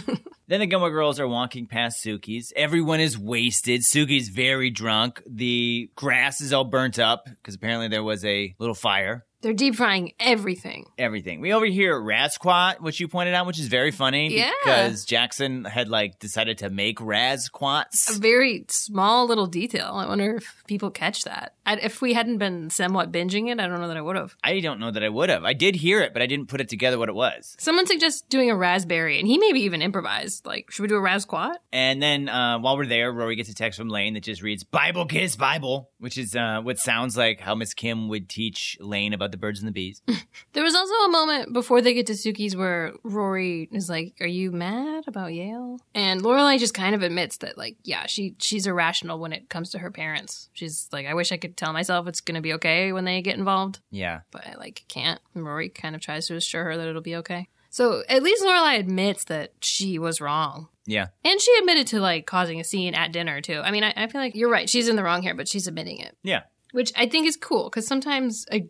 Speaker 1: then the Gilmore Girls are walking past Suki's. Everyone is wasted. Suki's very drunk. The grass is all burnt up because apparently there was a little fire.
Speaker 2: They're deep frying everything.
Speaker 1: Everything. We overhear Razquat, which you pointed out, which is very funny
Speaker 2: Yeah.
Speaker 1: because Jackson had like decided to make Razquats.
Speaker 2: A very small little detail. I wonder if people catch that. I, if we hadn't been somewhat binging it, I don't know that I would have.
Speaker 1: I don't know that I would have. I did hear it, but I didn't put it together what it was.
Speaker 2: Someone suggests doing a raspberry, and he maybe even improvised. Like, should we do a rasquat?
Speaker 1: And then uh, while we're there, Rory gets a text from Lane that just reads "Bible Kiss Bible," which is uh, what sounds like how Miss Kim would teach Lane about the birds and the bees.
Speaker 2: There was also a moment before they get to Suki's where Rory is like, "Are you mad about Yale?" And Lorelai just kind of admits that, like, yeah, she she's irrational when it comes to her parents. She's like, "I wish I could tell myself it's going to be okay when they get involved,
Speaker 1: yeah.
Speaker 2: but I like can't." And Rory kind of tries to assure her that it'll be okay. So at least Lorelai admits that she was wrong.
Speaker 1: Yeah.
Speaker 2: And she admitted to like causing a scene at dinner too. I mean, I, I feel like you're right. She's in the wrong here, but she's admitting it.
Speaker 1: Yeah.
Speaker 2: which I think is cool because sometimes I,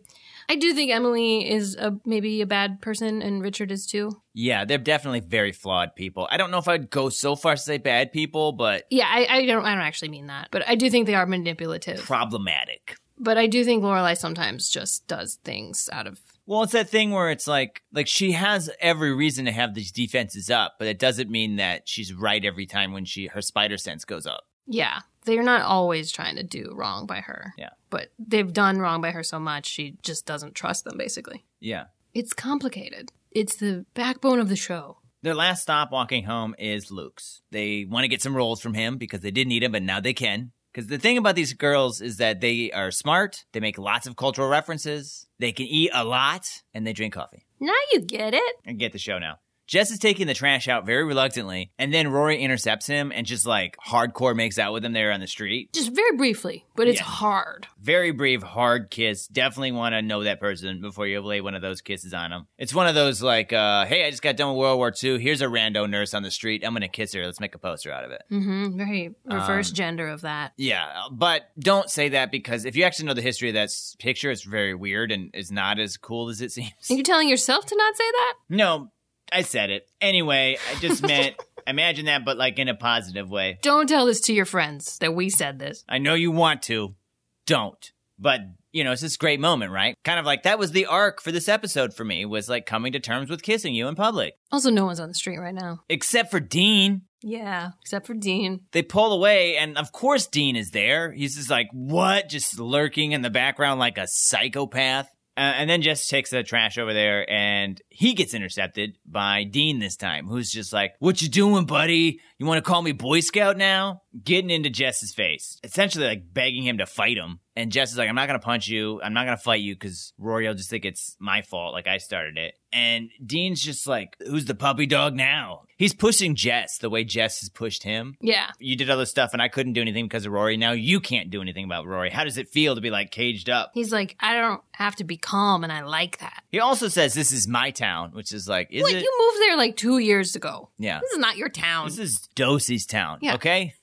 Speaker 2: I do think Emily is a, maybe a bad person and Richard is too.
Speaker 1: Yeah, they're definitely very flawed people. I don't know if I'd go so far as to say bad people, but
Speaker 2: Yeah, I, I don't I don't actually mean that, but I do think they are manipulative.
Speaker 1: problematic.
Speaker 2: But I do think Lorelai sometimes just does things out of
Speaker 1: Well, it's that thing where it's like like she has every reason to have these defenses up, but it doesn't mean that she's right every time when she her spider sense goes up.
Speaker 2: yeah. They're not always trying to do wrong by her.
Speaker 1: Yeah.
Speaker 2: But they've done wrong by her so much she just doesn't trust them basically.
Speaker 1: Yeah.
Speaker 2: It's complicated. It's the backbone of the show.
Speaker 1: Their last stop walking home is Luke's. They want to get some rolls from him because they didn't eat them, but now they can. Because the thing about these girls is that they are smart, they make lots of cultural references, they can eat a lot, and they drink coffee.
Speaker 2: Now you get it.
Speaker 1: and get the show now. Jess is taking the trash out very reluctantly, and then Rory intercepts him and just like hardcore makes out with him there on the street.
Speaker 2: Just very briefly, but it's
Speaker 1: Yeah.
Speaker 2: hard.
Speaker 1: Very brief, hard kiss. Definitely want to know that person before you lay one of those kisses on him. It's one of those like, uh, hey, I just got done with World War II. Here's a rando nurse on the street. I'm going to kiss her. Let's make a poster out of it.
Speaker 2: Mm-hmm. Very reverse
Speaker 1: Um,
Speaker 2: gender of that.
Speaker 1: Yeah, but don't say that because if you actually know the history of that s- picture, it's very weird and is not as cool as it seems.
Speaker 2: Are you telling yourself to not say that?
Speaker 1: No, I said it. Anyway, I just meant imagine that, but like in a positive way.
Speaker 2: Don't tell this to your friends that we said this.
Speaker 1: I know you want to. Don't. But, you know, it's this great moment, right? Kind of like that was the arc for this episode for me was like coming to terms with kissing you in public.
Speaker 2: Also, no one's on the street right now.
Speaker 1: Except for Dean.
Speaker 2: Yeah, except for Dean.
Speaker 1: They pull away, and of course, Dean is there. He's just like, what? Just lurking in the background like a psychopath. Uh, and then Jess takes the trash over there, and he gets intercepted by Dean this time, who's just like, "What you doing, buddy? You want to call me Boy Scout now?" Getting into Jess's face, essentially like begging him to fight him. And Jess is like, "I'm not gonna punch you. I'm not gonna fight you because Rory will just think it's my fault, like I started it." And Dean's just like, "Who's the puppy dog now?" He's pushing Jess the way Jess has pushed him
Speaker 2: Yeah.
Speaker 1: you did all this stuff and I couldn't do anything because of Rory. Now you can't do anything about Rory. How does it feel to be like caged up?
Speaker 2: He's like, I don't have to be calm, and I like that.
Speaker 1: He also says this is my town, which is like, is
Speaker 2: What?
Speaker 1: it?
Speaker 2: You moved there like two years ago.
Speaker 1: yeah.
Speaker 2: This is not your town.
Speaker 1: This is Dosey's town,
Speaker 2: Yeah.
Speaker 1: okay?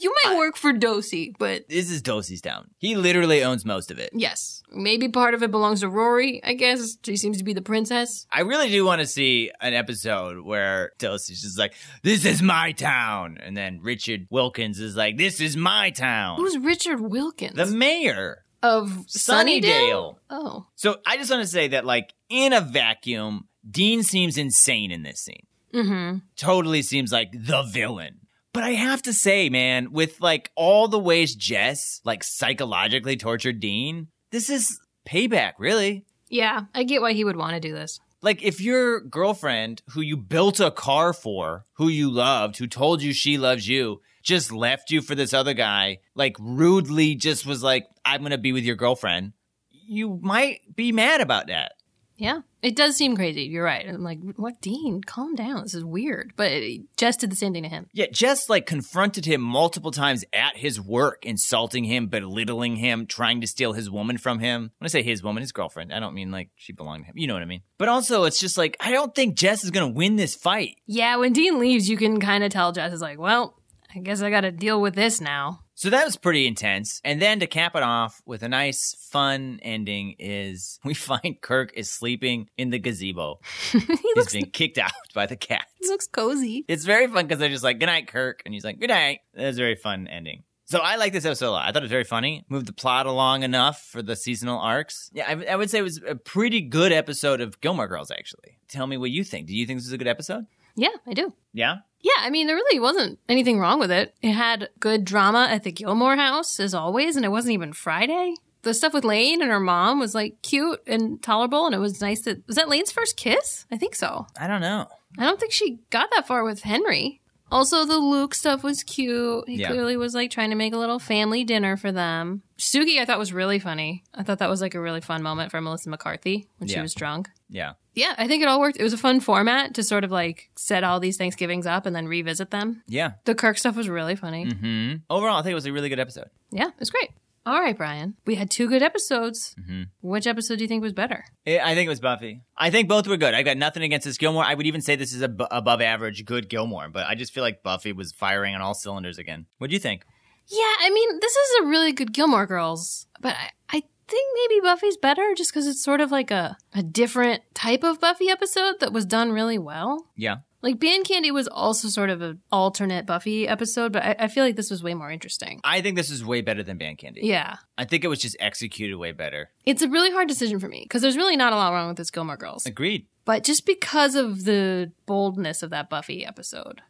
Speaker 2: you might work for Dosey, but
Speaker 1: This is Dosey's town. He literally owns most of it.
Speaker 2: yes. Maybe part of it belongs to Rory, I guess. She seems to be the princess.
Speaker 1: I really do want to see an episode where Dosey's just like, this is my town. And then Richard Wilkins is like, this is my town.
Speaker 2: Who's Richard Wilkins?
Speaker 1: the mayor.
Speaker 2: of
Speaker 1: Sunnydale?
Speaker 2: Sunnydale? Oh.
Speaker 1: So I just want to say that, like, in a vacuum, Dean seems insane in this scene.
Speaker 2: Mm-hmm.
Speaker 1: totally seems like the villain. But I have to say, man, with like all the ways Jess like psychologically tortured Dean, this is payback, really.
Speaker 2: Yeah, I get why he would want to do this.
Speaker 1: Like if your girlfriend who you built a car for, who you loved, who told you she loves you, just left you for this other guy, like rudely just was like, I'm gonna be with your girlfriend, you might be mad about that.
Speaker 2: Yeah, it does seem crazy. You're right. I'm like, what, Dean? Calm down. This is weird. But Jess did the same thing to him.
Speaker 1: Yet Jess like confronted him multiple times at his work, insulting him, belittling him, trying to steal his woman from him. When I say his woman, his girlfriend, I don't mean like she belonged to him. You know what I mean? But also, it's just like I don't think Jess is gonna win this fight.
Speaker 2: Yeah, when Dean leaves, you can kind of tell Jess is like, well, I guess I got to deal with this now.
Speaker 1: So that was pretty intense. And then to cap it off with a nice, fun ending is we find Kirk is sleeping in the gazebo.
Speaker 2: he
Speaker 1: He's
Speaker 2: looks,
Speaker 1: being kicked out by the cat.
Speaker 2: he looks cozy.
Speaker 1: It's very fun because they're just like, good night, Kirk. And he's like, good night. That's a very fun ending. So I like this episode a lot. I thought it was very funny. Moved the plot along enough for the seasonal arcs. Yeah, I, I would say it was a pretty good episode of Gilmore Girls, actually. Tell me what you think. Do you think this was a good episode?
Speaker 2: Yeah, I do.
Speaker 1: Yeah?
Speaker 2: Yeah, I mean, there really wasn't anything wrong with it. It had good drama at the Gilmore house, as always, and it wasn't even Friday. The stuff with Lane and her mom was like cute and tolerable, and it was nice that. Was that Lane's first kiss? I think so.
Speaker 1: I don't know.
Speaker 2: I don't think she got that far with Henry. Also, the Luke stuff was cute. He
Speaker 1: Yeah.
Speaker 2: clearly was like trying to make a little family dinner for them. Sugi, I thought was really funny. I thought that was like a really fun moment for Melissa McCarthy when she
Speaker 1: Yeah.
Speaker 2: was drunk.
Speaker 1: Yeah.
Speaker 2: Yeah, I think it all worked. It was a fun format to sort of like set all these Thanksgivings up and then revisit them.
Speaker 1: Yeah.
Speaker 2: The Kirk stuff was really funny.
Speaker 1: hmm Overall, I think it was a really good episode.
Speaker 2: Yeah, it was great. All right, Brian. We had two good episodes. Which episode do you think was better?
Speaker 1: Yeah, I think it was Buffy. I think both were good. I've got nothing against this Gilmore. I would even say this is a b- above average good Gilmore, but I just feel like Buffy was firing on all cylinders again. What do you think?
Speaker 2: Yeah, I mean, this is a really good Gilmore Girls, but I, I think maybe Buffy's better just because it's sort of like a, a different type of Buffy episode that was done really well.
Speaker 1: Yeah.
Speaker 2: Like, Band Candy was also sort of an alternate Buffy episode, but I, I feel like this was way more interesting.
Speaker 1: I think this is way better than Band Candy.
Speaker 2: Yeah.
Speaker 1: I think it was just executed way better.
Speaker 2: It's a really hard decision for me because there's really not a lot wrong with this Gilmore Girls.
Speaker 1: Agreed.
Speaker 2: But just because of the boldness of that Buffy episode,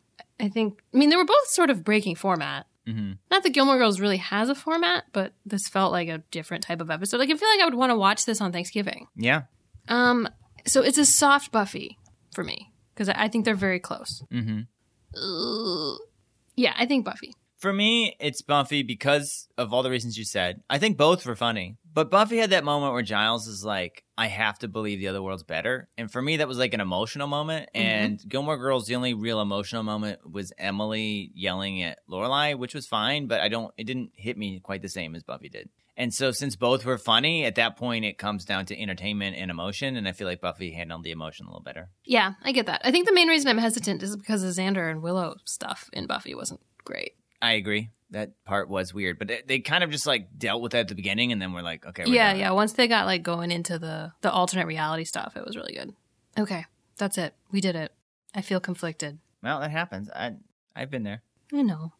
Speaker 2: I think, I mean, they were both sort of breaking format.
Speaker 1: Mm-hmm.
Speaker 2: Not that Gilmore Girls really has a format, but this felt like a different type of episode. Like, I feel like I would want to watch this on Thanksgiving.
Speaker 1: Yeah.
Speaker 2: Um, so it's a soft Buffy for me because I I think they're very close.
Speaker 1: Mm-hmm.
Speaker 2: Ugh. Yeah, I think Buffy.
Speaker 1: For me, it's Buffy because of all the reasons you said. I think both were funny, but Buffy had that moment where Giles is like, "I have to believe the other world's better," and for me, that was like an emotional moment. And Gilmore Girls, the only real emotional moment was Emily yelling at Lorelai, which was fine, but I don't, it didn't hit me quite the same as Buffy did. And so, since both were funny, at that point, it comes down to entertainment and emotion, and I feel like Buffy handled the emotion a little better.
Speaker 2: Yeah, I get that. I think the main reason I'm hesitant is because the Xander and Willow stuff in Buffy wasn't great.
Speaker 1: I agree. That part was weird, but they, they kind of just like dealt with that at the beginning, and then we're like, okay, we're
Speaker 2: yeah,
Speaker 1: done.
Speaker 2: yeah. Once they got like going into the the alternate reality stuff, it was really good. Okay, that's it. We did it. I feel conflicted.
Speaker 1: Well, that happens. I I've been there.
Speaker 2: I know.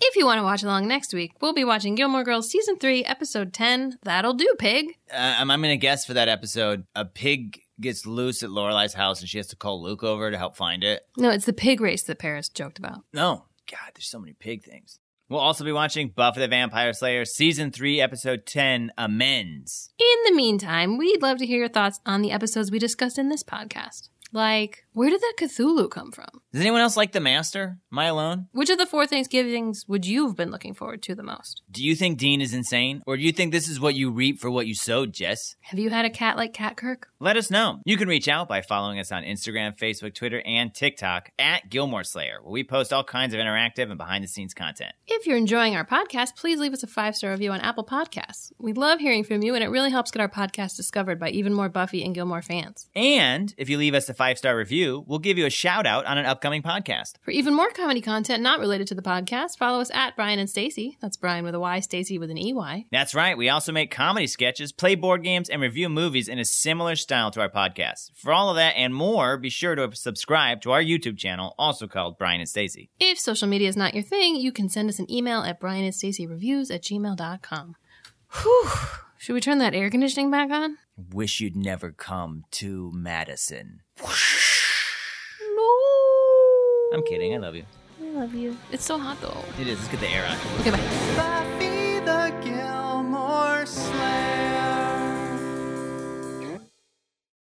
Speaker 2: If you want to watch along next week, we'll be watching Gilmore Girls Season 3, Episode 10. That'll do, pig.
Speaker 1: Uh, I'm I'm gonna guess for that episode, a pig gets loose at Lorelai's house, and she has to call Luke over to help find it.
Speaker 2: No, it's the pig race that Paris joked about.
Speaker 1: No, God, there's so many pig things. We'll also be watching Buffy the Vampire Slayer season three, episode ten, amends.
Speaker 2: In the meantime, we'd love to hear your thoughts on the episodes we discussed in this podcast. Like, where did that Cthulhu come from?
Speaker 1: Does anyone else like the Master? Am I alone?
Speaker 2: Which of the four Thanksgivings would you have been looking forward to the most?
Speaker 1: Do you think Dean is insane, or do you think this is what you reap for what you sowed, Jess?
Speaker 2: Have you had a cat like Cat Kirk?
Speaker 1: Let us know. You can reach out by following us on Instagram, Facebook, Twitter, and TikTok at Gilmore Slayer, where we post all kinds of interactive and behind the scenes content.
Speaker 2: If you're enjoying our podcast, please leave us a five star review on Apple Podcasts. We love hearing from you, and it really helps get our podcast discovered by even more Buffy and Gilmore fans.
Speaker 1: And if you leave us a five star review, we'll give you a shout out on an upcoming podcast.
Speaker 2: For even more comedy content not related to the podcast, follow us at Brian and Stacy. That's Brian with a Y, Stacy with an EY.
Speaker 1: That's right, we also make comedy sketches, play board games, and review movies in a similar style to our podcast. For all of that and more, be sure to subscribe to our YouTube channel, also called Brian and Stacy.
Speaker 2: If social media is not your thing, you can send us an email at Brian and Stacy Reviews at gmail.com. Whew. Should we turn that air conditioning back on?
Speaker 1: Wish you'd never come to Madison.
Speaker 2: No.
Speaker 1: I'm kidding, I love you.
Speaker 2: I love you. It's so hot though.
Speaker 1: It is, let's get the air out.
Speaker 2: Okay, bye.
Speaker 3: Buffy the Gilmore Slayer.